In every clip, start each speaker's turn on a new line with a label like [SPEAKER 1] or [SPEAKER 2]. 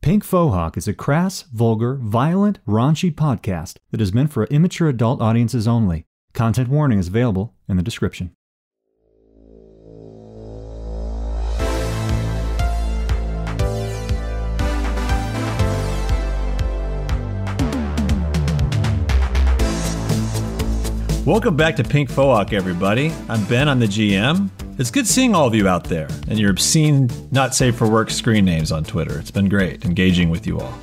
[SPEAKER 1] Pink Fohawk is a crass, vulgar, violent, raunchy podcast that is meant for immature adult audiences only. Content warning is available in the description.
[SPEAKER 2] Welcome back to Pink Fohawk, everybody. I'm Ben, I'm the GM. It's good seeing all of you out there and your obscene, not safe for work screen names on Twitter. It's been great engaging with you all.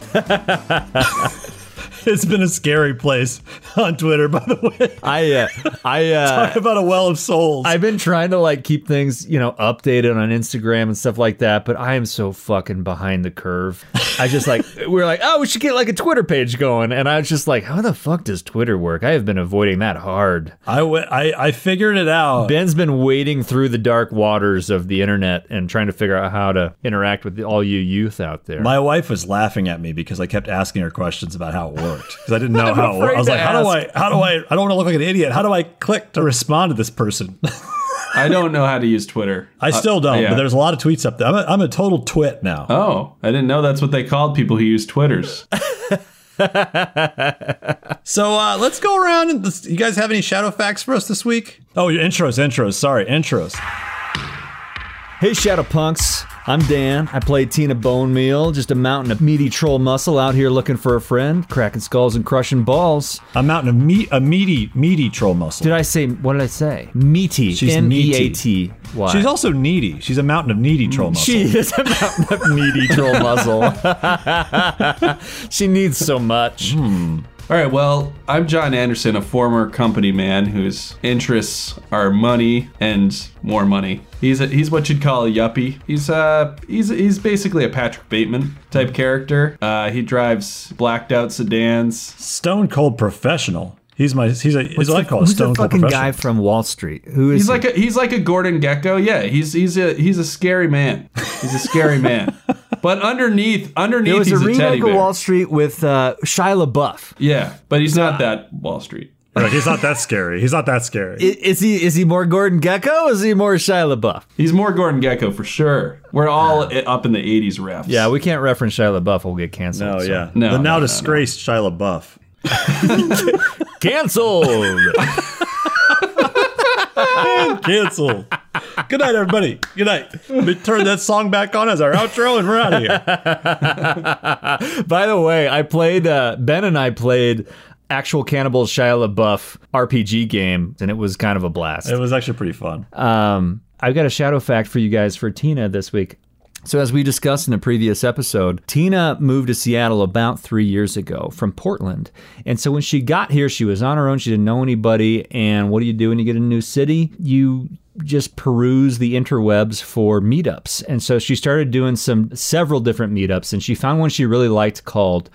[SPEAKER 2] it's been a scary place on Twitter, by the way.
[SPEAKER 3] I uh, I uh,
[SPEAKER 2] Talk about a well of souls.
[SPEAKER 3] I've been trying to like keep things you know updated on Instagram and stuff like that, but I am so fucking behind the curve. I just like we we're like oh we should get like a Twitter page going, and I was just like how the fuck does Twitter work? I have been avoiding that hard.
[SPEAKER 2] I, went, I, I figured it out.
[SPEAKER 3] Ben's been wading through the dark waters of the internet and trying to figure out how to interact with the, all you youth out there.
[SPEAKER 2] My wife was laughing at me because I kept asking her questions about how it worked because I didn't know how it
[SPEAKER 3] afraid
[SPEAKER 2] worked. I was
[SPEAKER 3] to
[SPEAKER 2] like, how do I, how do I, I don't want to look like an idiot. How do I click to respond to this person?
[SPEAKER 4] I don't know how to use Twitter.
[SPEAKER 3] Uh,
[SPEAKER 2] I still don't,
[SPEAKER 4] yeah.
[SPEAKER 2] but there's a lot of tweets up there. I'm a, I'm a total twit now.
[SPEAKER 4] Oh, I didn't know that's what they called people who use Twitters.
[SPEAKER 2] So uh, let's go around. And let's, you guys have any shadow facts for us this week? Oh, your intros, intros. Sorry, intros.
[SPEAKER 3] Hey, Shadow Punks. I'm Dan. I play Tina Bone Meal, just a mountain of meaty troll muscle out here looking for a friend, cracking skulls and crushing balls.
[SPEAKER 2] A mountain of meat, a meaty, meaty troll muscle.
[SPEAKER 3] Did I say, what did I say? Meaty. E
[SPEAKER 2] She's
[SPEAKER 3] M-E-A-T. Why?
[SPEAKER 2] She's also needy. She's a mountain of needy troll muscle.
[SPEAKER 3] she is a mountain of meaty troll muzzle. she needs so much.
[SPEAKER 4] All right, well, I'm John Anderson, a former company man whose interests are money and more money. He's a, he's what you'd call a yuppie. He's uh he's he's basically a Patrick Bateman type character. Uh, he drives blacked out sedans.
[SPEAKER 2] Stone cold professional. He's my. He's a. He's what I call a
[SPEAKER 3] Who's
[SPEAKER 2] stone
[SPEAKER 3] the
[SPEAKER 2] cold
[SPEAKER 3] fucking guy
[SPEAKER 2] professional.
[SPEAKER 3] from Wall Street? Who is
[SPEAKER 4] He's like a he's like a Gordon Gecko. Yeah, he's he's a he's a scary man. He's a scary man. But underneath underneath
[SPEAKER 3] It was a
[SPEAKER 4] he's a,
[SPEAKER 3] remake
[SPEAKER 4] teddy
[SPEAKER 3] of
[SPEAKER 4] bear.
[SPEAKER 3] Wall Street with uh, Shia LaBeouf.
[SPEAKER 4] Yeah, but he's not that Wall Street.
[SPEAKER 2] Right, he's not that scary. He's not that scary.
[SPEAKER 3] I- Is he is he more Gordon Gecko? Or is he more Shia LaBeouf?
[SPEAKER 4] He's more Gordon Gecko for sure. We're all i- up in the 80s refs.
[SPEAKER 3] Yeah, we can't reference Shia LaBeouf. We'll get canceled.
[SPEAKER 2] oh
[SPEAKER 3] so-
[SPEAKER 2] yeah.
[SPEAKER 4] No,
[SPEAKER 2] the
[SPEAKER 4] no,
[SPEAKER 2] now
[SPEAKER 4] no,
[SPEAKER 2] disgraced Shia LaBeouf.
[SPEAKER 3] canceled.
[SPEAKER 2] Cancel. Good night, everybody. Good night. We turn that song back on as our outro, and we're out of here.
[SPEAKER 3] By the way, I played uh, Ben and I played actual Cannibal Shia LaBeouf RPG game, and it was kind of a blast.
[SPEAKER 2] It was actually pretty fun.
[SPEAKER 3] Um, I've got a shadow fact for you guys for Tina this week. So, as we discussed in a previous episode, Tina moved to Seattle about three years ago from Portland. And so, when she got here, she was on her own. She didn't know anybody. And what do you do when you get in a new city? You just peruse the interwebs for meetups. And so, she started doing some several different meetups. And she found one she really liked called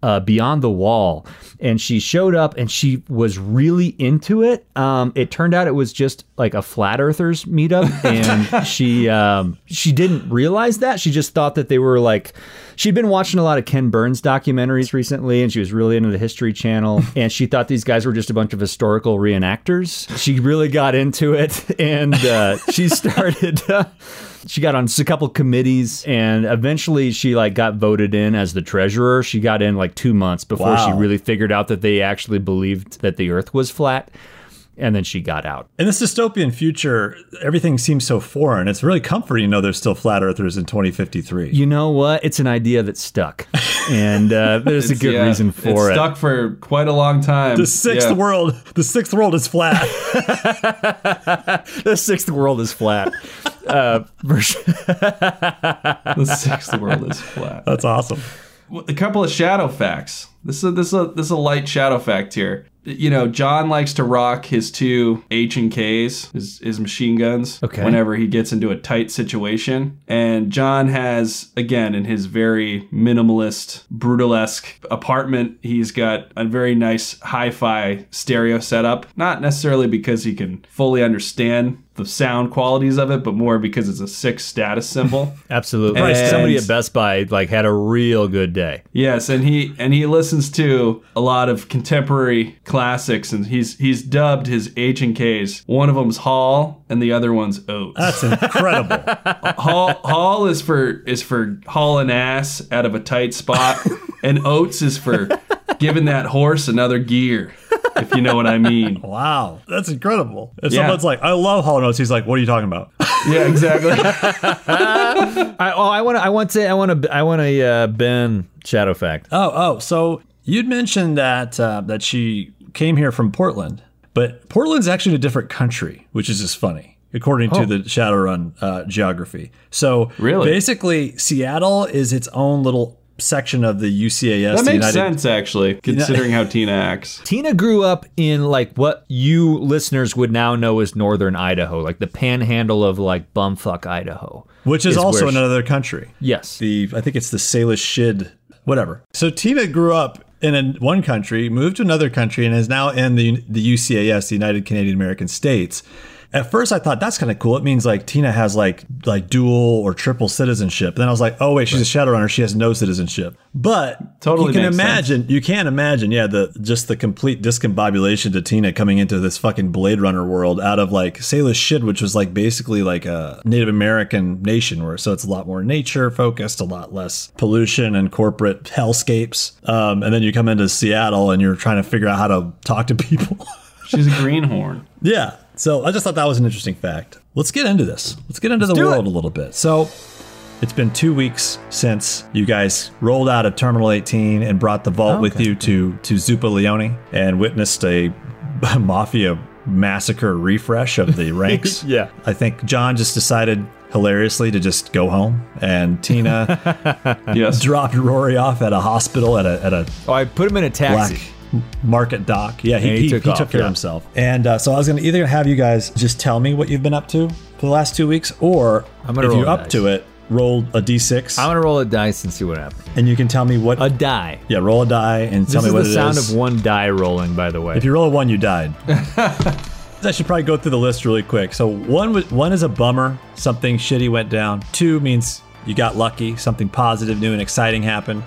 [SPEAKER 3] uh, Beyond the Wall, and she showed up and she was really into it. Um, it turned out it was just like a flat earthers meetup, and she um, she didn't realize that. She just thought that they were like she'd been watching a lot of Ken Burns documentaries recently, and she was really into the History Channel, and she thought these guys were just a bunch of historical reenactors. She really got into it, and uh, she started. uh, she got on s- a couple committees and eventually she like got voted in as the treasurer she got in like two months before she
[SPEAKER 2] Wow.
[SPEAKER 3] really figured out that they actually believed that the earth was flat and then she got out
[SPEAKER 2] In this dystopian future, everything seems so foreign. It's really comforting to know there's still flat earthers in 2053.
[SPEAKER 3] you know what it's an idea that stuck and uh, there's a good
[SPEAKER 4] Yeah,
[SPEAKER 3] reason for
[SPEAKER 4] it's
[SPEAKER 3] it
[SPEAKER 4] Stuck for quite a long time.
[SPEAKER 2] the sixth
[SPEAKER 4] Yeah.
[SPEAKER 2] world, the sixth world is flat.
[SPEAKER 3] the sixth world is flat uh, for sure.
[SPEAKER 4] The sixth world is flat.
[SPEAKER 2] That's awesome.
[SPEAKER 4] A couple of shadow facts. This is a, this is a, this is a light shadow fact here. You know, John likes to rock his two H and K's, his, his machine guns,
[SPEAKER 3] Okay.
[SPEAKER 4] whenever he gets into a tight situation. And John has, again, in his very minimalist, brutalesque apartment, he's got a very nice hi-fi stereo setup. Not necessarily because he can fully understand the sound qualities of it, but more because it's a six status symbol.
[SPEAKER 3] Absolutely.
[SPEAKER 4] And-
[SPEAKER 3] Somebody at Best Buy like had a real good day.
[SPEAKER 4] Yes, and he and he listens to a lot of contemporary classics, and he's he's dubbed his H and K's. One of them's Hall, and the other one's Oates.
[SPEAKER 2] That's incredible.
[SPEAKER 4] Hall Hall is for is for hauling ass out of a tight spot, and Oates is for giving that horse another gear, if you know what I mean.
[SPEAKER 2] wow. That's incredible. If
[SPEAKER 4] Yeah.
[SPEAKER 2] someone's like, I love Hollow Notes, he's like, what are you talking about?
[SPEAKER 4] Yeah, exactly.
[SPEAKER 3] I, oh, I want to. I want to. I want to. I want to. Uh, ben Shadow Fact.
[SPEAKER 2] Oh, oh. So you'd mentioned that uh, that she came here from Portland, but Portland's actually a different country, which is just funny, according to the Shadowrun uh, geography. So
[SPEAKER 4] Oh. Really?
[SPEAKER 2] basically, Seattle is its own little section of the UCAS. the
[SPEAKER 4] That makes
[SPEAKER 2] United-
[SPEAKER 4] sense, actually, considering how Tina acts.
[SPEAKER 3] Tina grew up in like what you listeners would now know as northern Idaho, like the panhandle of like bumfuck Idaho.
[SPEAKER 2] which is,
[SPEAKER 3] is
[SPEAKER 2] also
[SPEAKER 3] where she-
[SPEAKER 2] another country.
[SPEAKER 3] Yes.
[SPEAKER 2] the I think it's the Salish Shid, whatever. So Tina grew up in an one country, moved to another country, and is now in the the UCAS, the United Canadian American States. At first, I thought that's kind of cool. It means like Tina has like like dual or triple citizenship. Then I was like, oh wait, she's a Shadowrunner. She has no citizenship. But
[SPEAKER 4] Totally
[SPEAKER 2] you can
[SPEAKER 4] makes sense.
[SPEAKER 2] imagine. You can imagine. Yeah, the just the complete discombobulation to Tina coming into this fucking Blade Runner world out of like Salish Shid, which was like basically like a Native American nation, where so it's a lot more nature focused, a lot less pollution and corporate hellscapes. Um, and then you come into Seattle and you're trying to figure out how to talk to people.
[SPEAKER 4] She's a greenhorn.
[SPEAKER 2] Yeah. So I just thought that was an interesting fact. Let's get into this. Let's get into the
[SPEAKER 3] do
[SPEAKER 2] world a little bit. So it's been two weeks since you guys rolled out of Terminal 18 and brought the vault with you to to Zupa Leone and witnessed a mafia massacre refresh of the ranks.
[SPEAKER 3] Yeah.
[SPEAKER 2] I think John just decided hilariously to just go home and Tina
[SPEAKER 4] Yes.
[SPEAKER 2] dropped Rory off at a hospital at a at a
[SPEAKER 3] Oh, I put him in a taxi.
[SPEAKER 2] black market doc. Yeah, he,
[SPEAKER 3] And
[SPEAKER 2] he,
[SPEAKER 3] he
[SPEAKER 2] he
[SPEAKER 3] took
[SPEAKER 2] took,
[SPEAKER 3] off,
[SPEAKER 2] care
[SPEAKER 3] yeah.
[SPEAKER 2] of himself. And uh, so I was going to either have you guys just tell me what you've been up to for the last two weeks, or
[SPEAKER 3] I'm
[SPEAKER 2] if
[SPEAKER 3] gonna roll
[SPEAKER 2] you're
[SPEAKER 3] a
[SPEAKER 2] up
[SPEAKER 3] dice.
[SPEAKER 2] to it, roll a d6
[SPEAKER 3] I'm gonna roll a dice and see what happens.
[SPEAKER 2] and you can tell me what.
[SPEAKER 3] A die.
[SPEAKER 2] yeah, roll a die and tell
[SPEAKER 3] this is
[SPEAKER 2] me what
[SPEAKER 3] the
[SPEAKER 2] it
[SPEAKER 3] sound
[SPEAKER 2] is.
[SPEAKER 3] of one die rolling, by the way.
[SPEAKER 2] If you roll a one, you died. I should probably go through the list really quick. So one was- one is a bummer. Something shitty went down. Two means you got lucky. Something positive, new, and exciting happened.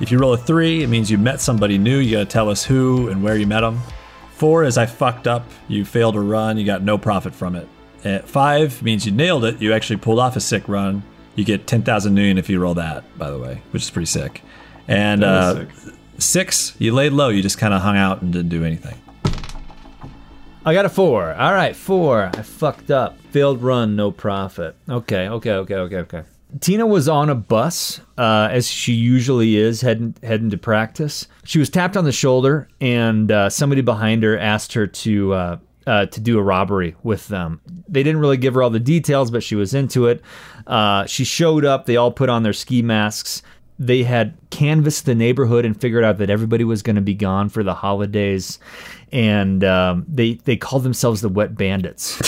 [SPEAKER 2] If you roll a three, it means you met somebody new. You gotta tell us who and where you met them. Four is I fucked up. You failed a run. You got no profit from it. Uh, five means you nailed it. You actually pulled off a sick run. You get 10,000 noon if you roll that, by the way, which is pretty sick. And uh,
[SPEAKER 4] sick.
[SPEAKER 2] six, you laid low. You just kind of hung out and didn't do anything.
[SPEAKER 3] I got a four. All right, four. I fucked up. Failed run, no profit. Okay, okay, okay, okay, okay. Tina was on a bus, uh, as she usually is, heading heading to practice. She was tapped on the shoulder, and uh, somebody behind her asked her to uh, uh, to do a robbery with them. They didn't really give her all the details, but she was into it. Uh, she showed up. They all put on their ski masks they had canvassed the neighborhood and figured out that everybody was going to be gone for the holidays, and um, they they called themselves the Wet Bandits,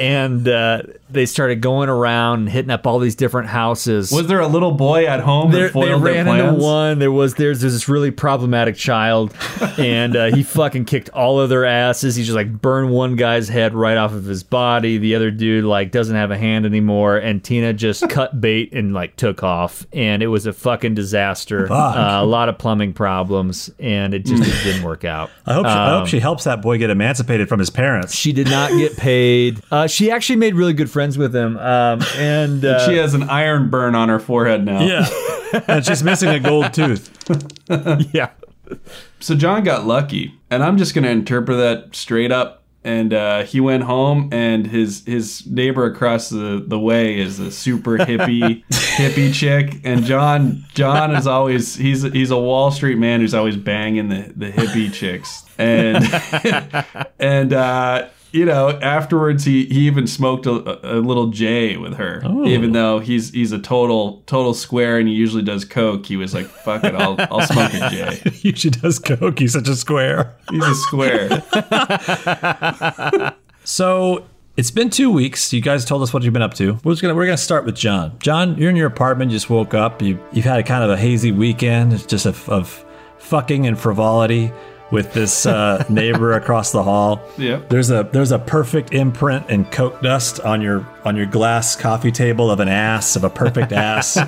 [SPEAKER 3] and uh, they started going around and hitting up all these different houses.
[SPEAKER 4] Was there a little boy at home
[SPEAKER 3] There-
[SPEAKER 4] that
[SPEAKER 3] they
[SPEAKER 4] foiled
[SPEAKER 3] ran
[SPEAKER 4] their
[SPEAKER 3] into
[SPEAKER 4] plans?
[SPEAKER 3] one. There was there's, there's this really problematic child, and uh, he fucking kicked all of their asses. He just like burned one guy's head right off of his body. The other dude like doesn't have a hand anymore, and Tina just cut bait and like took off, and it was a fucking disaster. Uh, a lot of plumbing problems, and it just it didn't work out.
[SPEAKER 2] I hope, she, I hope she helps that boy get emancipated from his parents.
[SPEAKER 3] She did not get paid. Uh, she actually made really good friends with him, um, and uh,
[SPEAKER 4] She has an iron burn on her forehead now.
[SPEAKER 2] Yeah. and she's missing a gold tooth.
[SPEAKER 3] yeah.
[SPEAKER 4] So John got lucky, and I'm just gonna interpret that straight up. And uh, he went home, and his his neighbor across the, the way is a super hippie hippie chick. And John John is always he's he's a Wall Street man who's always banging the the hippie chicks. And and uh, you know afterwards he, he even smoked a, a little J with her, even though he's he's a total total square and he usually does coke. He was like, "Fuck it, I'll I'll smoke a J."
[SPEAKER 2] You should does coke. He's such a square.
[SPEAKER 4] He's a square.
[SPEAKER 2] So it's been two weeks. You guys told us what you've been up to. We're just gonna we're gonna start with John. John, you're in your apartment. You just woke up. You you've had a kind of a hazy weekend. It's just of, of fucking and frivolity. with this uh, neighbor across the hall.
[SPEAKER 4] Yep.
[SPEAKER 2] There's a there's a perfect imprint and coke dust on your on your glass coffee table of an ass of a perfect ass.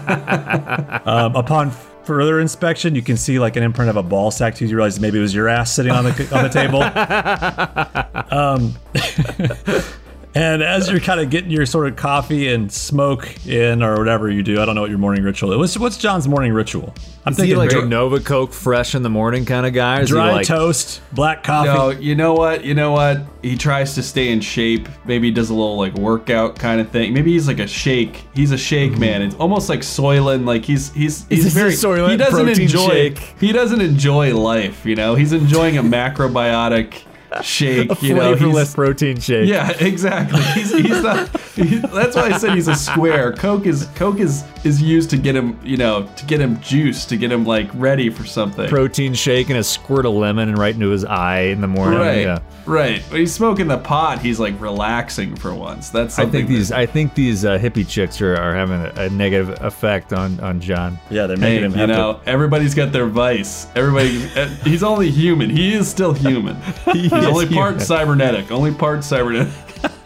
[SPEAKER 2] um, upon further inspection, you can see like an imprint of a ball sack. too. You realize maybe it was your ass sitting on the on the table. Um, And as you're kind of getting your sort of coffee and smoke in, or whatever you do, I don't know what your morning ritual is. What's, what's John's morning ritual? I'm
[SPEAKER 3] Is he
[SPEAKER 2] thinking
[SPEAKER 3] like
[SPEAKER 2] dry,
[SPEAKER 3] a Nova Coke fresh in the morning kind of guy? Or Is
[SPEAKER 2] dry
[SPEAKER 3] he like,
[SPEAKER 2] toast, black coffee.
[SPEAKER 4] No, you know what? You know what? He tries to stay in shape. Maybe he does a little like workout kind of thing. Maybe he's like a shake. He's a shake man. It's almost like Soylent. Like he's he's he's
[SPEAKER 3] this a
[SPEAKER 4] very
[SPEAKER 3] Soylent
[SPEAKER 4] he doesn't
[SPEAKER 3] protein
[SPEAKER 4] enjoy
[SPEAKER 3] shake?
[SPEAKER 4] he doesn't enjoy life. You know, he's enjoying a macrobiotic shake. you know, he's-
[SPEAKER 3] flavorless protein shake?
[SPEAKER 4] yeah, exactly. He's, he's not. He, that's why I said he's a square. Coke is Coke is is used to get him, you know, to get him juice, to get him like ready for something.
[SPEAKER 3] Protein shake and a squirt of lemon and right into his eye in the morning.
[SPEAKER 4] Right,
[SPEAKER 3] Yeah.
[SPEAKER 4] right. When he's smoking the pot, he's like relaxing for once. That's
[SPEAKER 3] I
[SPEAKER 4] something
[SPEAKER 3] think
[SPEAKER 4] that-
[SPEAKER 3] these I think these uh, hippie chicks are, are having a, a negative effect on on John.
[SPEAKER 2] Yeah, they're
[SPEAKER 4] Hey,
[SPEAKER 2] making him
[SPEAKER 4] you
[SPEAKER 2] have to-
[SPEAKER 4] know, everybody's got their vice. Everybody, eh, he's only human. He is still human. he's only part cybernetic. Only part cybernetic.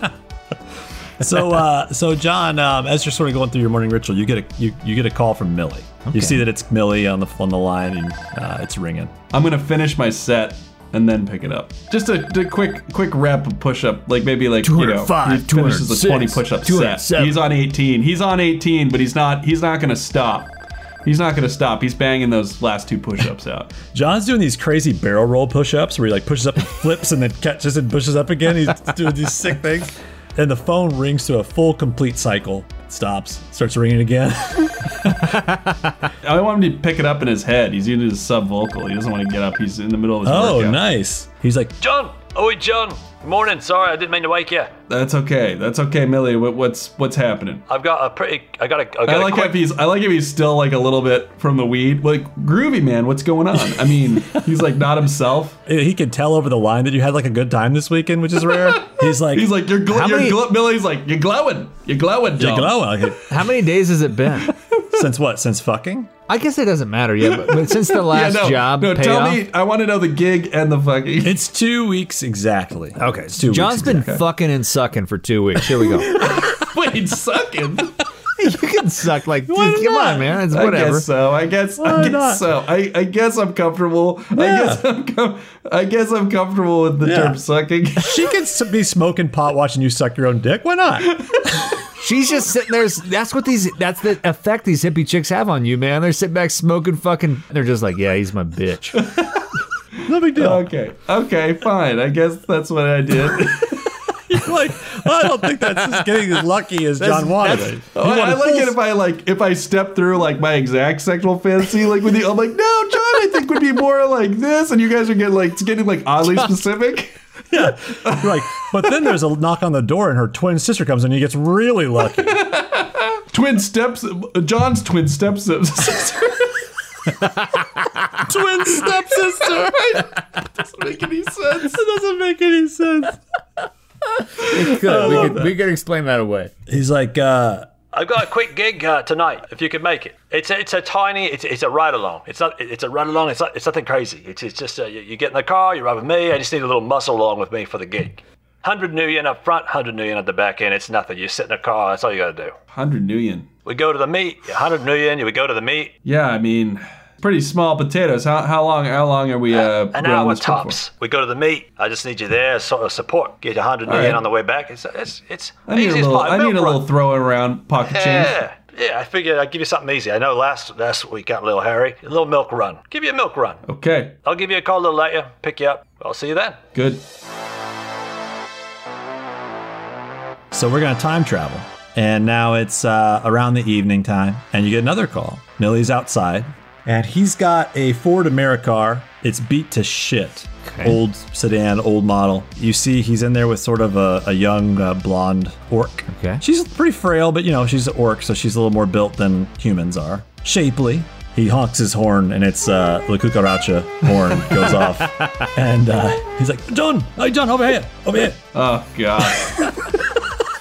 [SPEAKER 2] so uh, so John, um, as you're sort of going through your morning ritual, you get a you, you get a call from Millie. You see that it's Millie on the on the line, and uh, it's ringing.
[SPEAKER 4] I'm gonna finish my set and then pick it up. Just a, a quick quick rep of push up, like maybe like you know,
[SPEAKER 3] 205,
[SPEAKER 4] he finishes a 20 push up set.
[SPEAKER 3] 207.
[SPEAKER 4] He's on 18. He's on 18, but he's not he's not gonna stop. He's not gonna stop. He's banging those last two push ups out.
[SPEAKER 2] John's doing these crazy barrel roll push-ups where he like pushes up and flips and then catches and pushes up again. He's doing these sick things. And the phone rings to a full complete cycle. Stops, starts ringing again.
[SPEAKER 4] I want him to pick it up in his head. He's using his subvocal. He doesn't want to get up. He's in the middle of his
[SPEAKER 2] Oh,
[SPEAKER 4] workout.
[SPEAKER 2] nice. He's like,
[SPEAKER 5] John! Oh, wait, John! Morning, sorry, I didn't mean to wake you.
[SPEAKER 4] That's okay. That's okay, Millie. What, what's what's happening?
[SPEAKER 5] I've got a pretty. I got a. I got
[SPEAKER 4] I
[SPEAKER 5] a
[SPEAKER 4] like
[SPEAKER 5] quick,
[SPEAKER 4] if he's I like if he's still like a little bit from the weed. Like groovy man, what's going on? I mean, he's like not himself.
[SPEAKER 2] he can tell over the line that you had like a good time this weekend, which is rare. He's like,
[SPEAKER 4] He's like, you're, gl-
[SPEAKER 3] How
[SPEAKER 4] you're
[SPEAKER 3] many-
[SPEAKER 4] gl- Billy's like, you're glowing. You're glowing,
[SPEAKER 2] "You're
[SPEAKER 4] John.
[SPEAKER 2] glowing." Like, oh,
[SPEAKER 3] How many days has it been?
[SPEAKER 2] Since what? Since fucking?
[SPEAKER 3] I guess it doesn't matter yet, but, but since the
[SPEAKER 4] Yeah,
[SPEAKER 3] last
[SPEAKER 4] no,
[SPEAKER 3] job
[SPEAKER 4] no. Tell
[SPEAKER 3] payoff-
[SPEAKER 4] me, I want to know the gig and the fucking.
[SPEAKER 2] It's two weeks exactly.
[SPEAKER 3] Okay,
[SPEAKER 2] It's two
[SPEAKER 3] John's
[SPEAKER 2] weeks
[SPEAKER 3] been fucking and sucking for two weeks. Here we go.
[SPEAKER 4] Wait, sucking.
[SPEAKER 3] you can suck like come
[SPEAKER 2] not?
[SPEAKER 3] on, man. It's
[SPEAKER 4] I
[SPEAKER 3] whatever.
[SPEAKER 4] guess so. I guess. I
[SPEAKER 2] Why
[SPEAKER 4] guess
[SPEAKER 2] not?
[SPEAKER 4] so. I, I guess I'm comfortable. I guess I'm. Com- I guess I'm comfortable with the
[SPEAKER 2] Yeah.
[SPEAKER 4] term sucking.
[SPEAKER 2] She can s- be smoking pot watching you suck your own dick. Why not?
[SPEAKER 3] She's just sitting there. That's what these. That's the effect these hippie chicks have on you, man. They're sitting back smoking, fucking. They're just like, yeah, he's my bitch.
[SPEAKER 2] No big deal.
[SPEAKER 4] okay. Okay. Fine. I guess that's what I did.
[SPEAKER 2] like, I don't think that's just getting as lucky as John wanted.
[SPEAKER 4] Oh, I, I like it if I like if I step through like my exact sexual fantasy like with you. I'm like, no, John. I think would be more like this, and you guys are getting like it's getting like oddly specific.
[SPEAKER 2] You're like, but then there's a knock on the door, and her twin sister comes in, and he gets really lucky.
[SPEAKER 4] twin steps john's twin steps sister
[SPEAKER 2] twin stepsister.
[SPEAKER 4] doesn't make any sense
[SPEAKER 2] That doesn't make any sense.
[SPEAKER 3] Good. We could, we could explain that away.
[SPEAKER 2] He's like, uh,
[SPEAKER 5] I've got a quick gig uh, tonight. If you could make it, it's a, it's a tiny. It's, it's a ride along. It's not. It's a ride along. It's not, it's nothing crazy. It's, it's just uh, you, you get in the car. You ride with me. I just need a little muscle along with me for the gig. Hundred new yen up front. Hundred new yen at the back end. It's nothing. You sit in the car. That's all you got to do.
[SPEAKER 4] 100 million
[SPEAKER 5] We go to the meet. Hundred new yen. We go to the meet.
[SPEAKER 4] yeah i mean pretty small potatoes how, how long how long are we uh
[SPEAKER 5] An
[SPEAKER 4] growing
[SPEAKER 5] hour
[SPEAKER 4] this for?
[SPEAKER 5] tops. We go to the meet. I just need you there, sort of support. Get 100
[SPEAKER 4] right.
[SPEAKER 5] million on the way back. It's it's it's
[SPEAKER 4] i need a
[SPEAKER 5] easiest
[SPEAKER 4] little
[SPEAKER 5] pie.
[SPEAKER 4] i need a
[SPEAKER 5] Milk
[SPEAKER 4] little
[SPEAKER 5] run.
[SPEAKER 4] throwing around pocket change
[SPEAKER 5] Yeah, yeah. I figured I'd give you something easy. I know last last week got a little hairy. A little milk run. Give you a milk run.
[SPEAKER 4] okay
[SPEAKER 5] I'll give you a call a little later. Pick you up. I'll see you then.
[SPEAKER 4] good
[SPEAKER 2] so we're gonna time travel, and now it's uh, around the evening time, and you get another call. Millie's outside, and he's got a Ford Americar. It's beat to shit. Old sedan, old model. You see, he's in there with sort of a, a young uh, blonde orc.
[SPEAKER 3] Okay.
[SPEAKER 2] She's pretty frail, but you know, she's an orc, so she's a little more built than humans are. Shapely. He honks his horn, and it's uh, the cucaracha horn goes off. And uh, he's like, John, hey, John, over here, over here.
[SPEAKER 4] oh god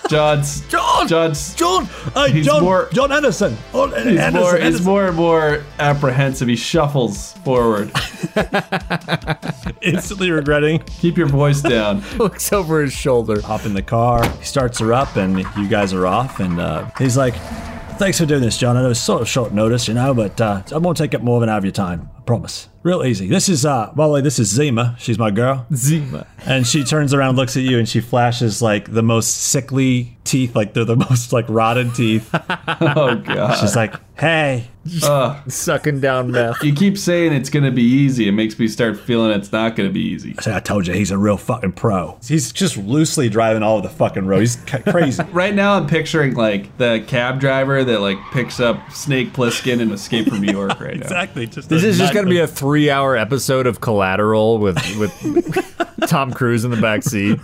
[SPEAKER 4] John's
[SPEAKER 2] John!
[SPEAKER 4] John's
[SPEAKER 2] John, hey,
[SPEAKER 4] He's
[SPEAKER 2] John,
[SPEAKER 4] more-
[SPEAKER 2] John Anderson. Oh,
[SPEAKER 4] he's
[SPEAKER 2] Anderson,
[SPEAKER 4] more he's
[SPEAKER 2] Anderson.
[SPEAKER 4] more and more apprehensive. He shuffles forward.
[SPEAKER 2] instantly regretting.
[SPEAKER 4] Keep your voice down.
[SPEAKER 3] Looks over his shoulder.
[SPEAKER 2] Hop in the car. He starts her up, and you guys are off. And uh, he's like, "Thanks for doing this, John. I know it's sort of short notice, you know, but uh, I won't take up more than half your time. I promise. Real easy. This is, uh, by the way, this is Zima. She's my girl.
[SPEAKER 3] Zima.
[SPEAKER 2] And she turns around, looks at you, and she flashes like the most sickly teeth, like they're the most like rotted teeth.
[SPEAKER 4] Oh god.
[SPEAKER 2] She's like, "Hey,
[SPEAKER 3] Sucking down meth.
[SPEAKER 4] you keep saying it's gonna be easy. It makes me start feeling it's not gonna be easy.
[SPEAKER 2] I told you he's a real fucking pro. He's just loosely driving all of the fucking road. He's ca- crazy.
[SPEAKER 4] Right now, I'm picturing like the cab driver that like picks up Snake Plissken in Escape from New York right now.
[SPEAKER 2] exactly. Just
[SPEAKER 3] This is just going to be a three-hour episode of Collateral with with Tom Cruise in the back seat.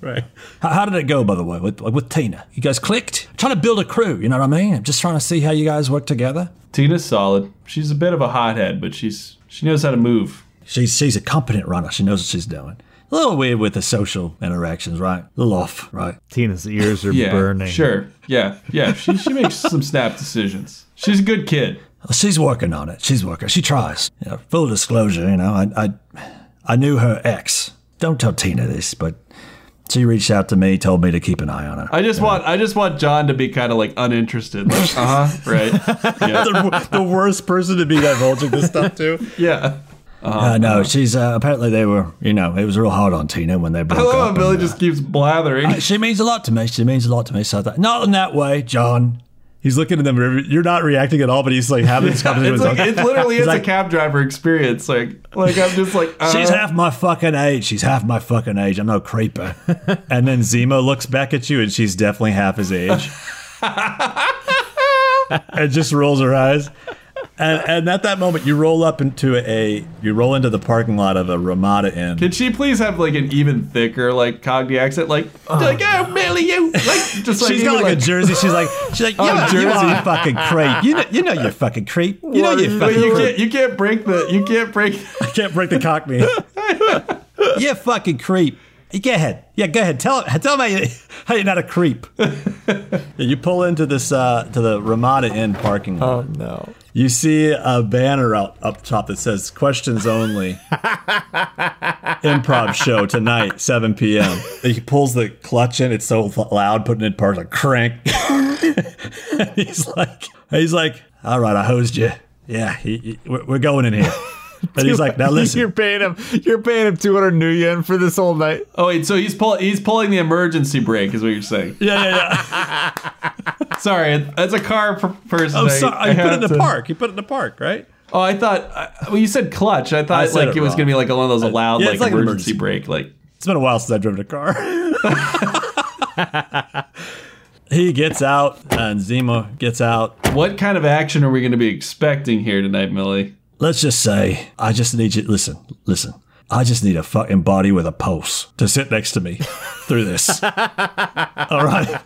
[SPEAKER 2] Right. How, how did it go, by the way, with like, with Tina? You guys clicked? trying to build a crew. You know what I mean? I'm just trying to see how you guys work together.
[SPEAKER 4] Tina's solid. She's a bit of a hothead, but she's she knows how to move.
[SPEAKER 2] She's she's a competent runner. She knows what she's doing. A little weird with the social interactions, right? A little off, right?
[SPEAKER 3] Tina's ears are
[SPEAKER 4] Yeah,
[SPEAKER 3] burning.
[SPEAKER 4] sure. Yeah, yeah. She she makes some snap decisions. She's a good kid.
[SPEAKER 2] She's working on it. She's working. She tries. You know, full disclosure, you know, I, I, I knew her ex. Don't tell Tina this, but she reached out to me, told me to keep an eye on her.
[SPEAKER 4] I just want I just want John to be kind of like uninterested. Like,
[SPEAKER 2] Uh-huh.
[SPEAKER 4] uh huh. Right. Yeah.
[SPEAKER 2] the, the worst person to be divulging this stuff to.
[SPEAKER 4] yeah.
[SPEAKER 2] Uh, no, she's uh, apparently they were. You know, it was real hard on Tina when they broke
[SPEAKER 4] I love
[SPEAKER 2] up.
[SPEAKER 4] how Billy
[SPEAKER 2] and, uh,
[SPEAKER 4] just keeps blathering.
[SPEAKER 2] she means a lot to me. She means a lot to me. So I thought, not in that way, John. He's looking at them. You're not reacting at all, but he's like having this conversation.
[SPEAKER 4] it's
[SPEAKER 2] with
[SPEAKER 4] like
[SPEAKER 2] his
[SPEAKER 4] it literally is
[SPEAKER 2] like-
[SPEAKER 4] a cab driver experience. Like like I'm just like uh,
[SPEAKER 2] own- She's half my fucking age. She's half my fucking age. I'm no creeper. and then Zemo looks back at you, and she's definitely half his age. and just rolls her eyes. And, and at that moment, you roll up into a you roll into the parking lot of a Ramada Inn.
[SPEAKER 4] Did she please have like an even thicker like Cogni accent? Like like oh Billy you like just like
[SPEAKER 2] She's
[SPEAKER 4] even,
[SPEAKER 2] got like Oh, a jersey. She's like, she's like, yeah, you
[SPEAKER 4] jersey.
[SPEAKER 2] are a fucking creep. You know, you know you're a fucking creep. You know you're a
[SPEAKER 4] but
[SPEAKER 2] fucking
[SPEAKER 4] you
[SPEAKER 2] creep.
[SPEAKER 4] can't you can't break the you can't break
[SPEAKER 2] I can't break the cockney. you're a fucking creep. You Go ahead. Yeah, go ahead. Tell tell me how, you, how you're not a creep. Yeah, you pull into this uh, to the Ramada Inn parking lot.
[SPEAKER 3] No.
[SPEAKER 2] You see a banner out up top that says "Questions Only." Improv show tonight, 7 p.m. He pulls the clutch in. It's so loud, putting it in parts like crank. And he's like, he's like, all right, I hosed you. Yeah, he, he- we're, we're going in here. And he's like, now
[SPEAKER 3] You're
[SPEAKER 2] listen,
[SPEAKER 3] paying him. You're paying him 200 new yen for this whole night.
[SPEAKER 4] Oh wait, so he's pull he's pulling the emergency brake is what you're saying.
[SPEAKER 2] yeah, yeah, yeah.
[SPEAKER 4] Sorry, as a car per- person,
[SPEAKER 2] I'm
[SPEAKER 4] I- I
[SPEAKER 2] sorry. You Oh, put it in
[SPEAKER 4] have
[SPEAKER 2] the
[SPEAKER 4] to-
[SPEAKER 2] park. You put it in the park, right?
[SPEAKER 4] Oh, I thought I, well, you said clutch. I thought
[SPEAKER 2] I said
[SPEAKER 4] like
[SPEAKER 2] it
[SPEAKER 4] it, was
[SPEAKER 2] wrong.
[SPEAKER 4] gonna be like one of those loud
[SPEAKER 2] yeah,
[SPEAKER 4] like,
[SPEAKER 2] it's like an
[SPEAKER 4] emergency
[SPEAKER 2] emergency.
[SPEAKER 4] brake. Like
[SPEAKER 2] It's been a while since I've driven a car. he gets out, and Zemo gets out.
[SPEAKER 4] what kind of action are we gonna be expecting here tonight, Millie?
[SPEAKER 2] Let's just say I just need you. Listen, listen. I just need a fucking body with a pulse to sit next to me through this. All right.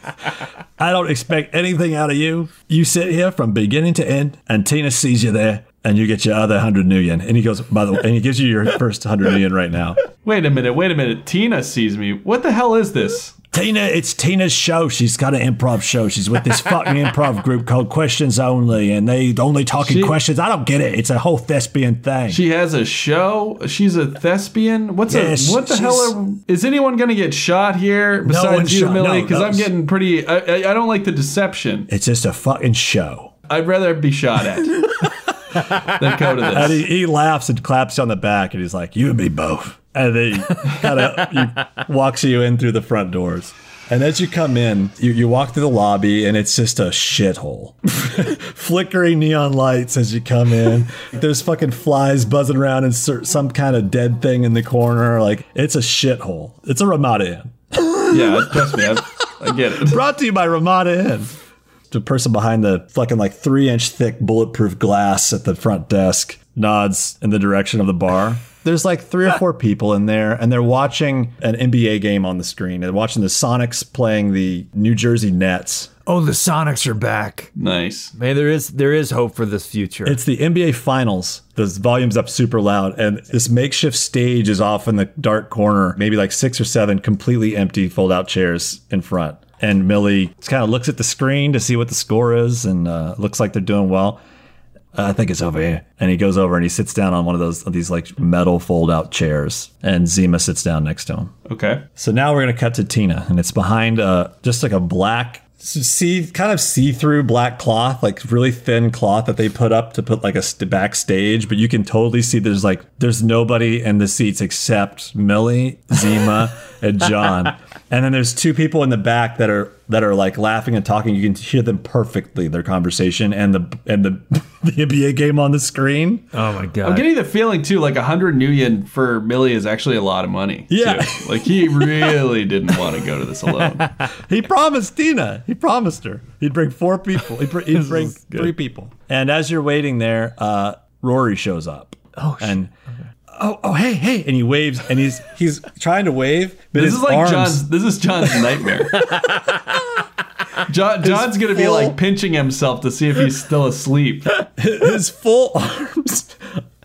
[SPEAKER 2] I don't expect anything out of you. You sit here from beginning to end, and Tina sees you there, and you get your other hundred million. And he goes, by the way, and he gives you your first hundred million right now.
[SPEAKER 4] Wait a minute, wait a minute. Tina sees me. What the hell is this?
[SPEAKER 2] Tina, it's Tina's show. She's got an improv show. She's with this fucking improv group called Questions Only, and they only talking
[SPEAKER 4] She-
[SPEAKER 2] questions. I don't get it. It's a whole thespian thing.
[SPEAKER 4] She has a show. She's a thespian. What's
[SPEAKER 2] Yeah,
[SPEAKER 4] a
[SPEAKER 2] she-
[SPEAKER 4] what the hell? Are, is anyone gonna get shot here
[SPEAKER 2] one's
[SPEAKER 4] besides you,
[SPEAKER 2] shot. No,
[SPEAKER 4] Millie? Because
[SPEAKER 2] no.
[SPEAKER 4] I'm getting pretty. I, I, I don't like the deception.
[SPEAKER 2] it's just a fucking show.
[SPEAKER 4] I'd rather be shot at than go to
[SPEAKER 2] And
[SPEAKER 4] this.
[SPEAKER 2] he, he laughs and claps you on the back, and he's like, "You and me both." And then he kind of he walks you in through the front doors. And as you come in, you, you walk through the lobby, and it's just a shithole. Flickering neon lights as you come in. There's fucking flies buzzing around and cer- some kind of dead thing in the corner. Like it's a shithole. It's a Ramada Inn.
[SPEAKER 4] Yeah, trust me, I, I get it.
[SPEAKER 2] Brought to you by Ramada Inn. The person behind the fucking like three inch thick bulletproof glass at the front desk nods in the direction of the bar. There's like three or four people in there, and they're watching an NBA game on the screen. They're watching the Sonics playing the New Jersey Nets.
[SPEAKER 3] Oh, the Sonics are back.
[SPEAKER 4] Nice.
[SPEAKER 3] Man, there is there is hope for this future.
[SPEAKER 2] It's the NBA Finals. The volume's up super loud, and this makeshift stage is off in the dark corner, maybe like six or seven completely empty fold out chairs in front. and Millie kind of looks at the screen to see what the score is, and uh, looks like they're doing well. "Uh, I think it's over here. And he goes over and he sits down on one of those these like metal fold out chairs, and Zima sits down next to him.
[SPEAKER 4] Okay.
[SPEAKER 2] So now we're gonna cut to Tina, and it's behind uh just like a black see kind of see through black cloth, like really thin cloth that they put up to put like a st- backstage, but you can totally see there's like there's nobody in the seats except Millie, Zima, and John, and then there's two people in the back that are that are like laughing and talking. You can hear them perfectly their conversation and the and the the NBA game on the screen.
[SPEAKER 3] Oh my god.
[SPEAKER 4] I'm getting the feeling too, like a hundred million for Millie is actually a lot of money.
[SPEAKER 2] Yeah.
[SPEAKER 4] too. Like he really didn't want to go to this alone.
[SPEAKER 2] He promised Tina. He promised her. He'd bring four people. He'd, br- he'd bring three people. And as you're waiting there, uh, Rory shows up. Oh shit. And oh oh hey hey, and he waves and he's he's trying to wave, but
[SPEAKER 4] This
[SPEAKER 2] his
[SPEAKER 4] is like
[SPEAKER 2] arms-
[SPEAKER 4] John's. This is John's nightmare. John, John's gonna be like pinching himself to see if he's still asleep.
[SPEAKER 2] his full arms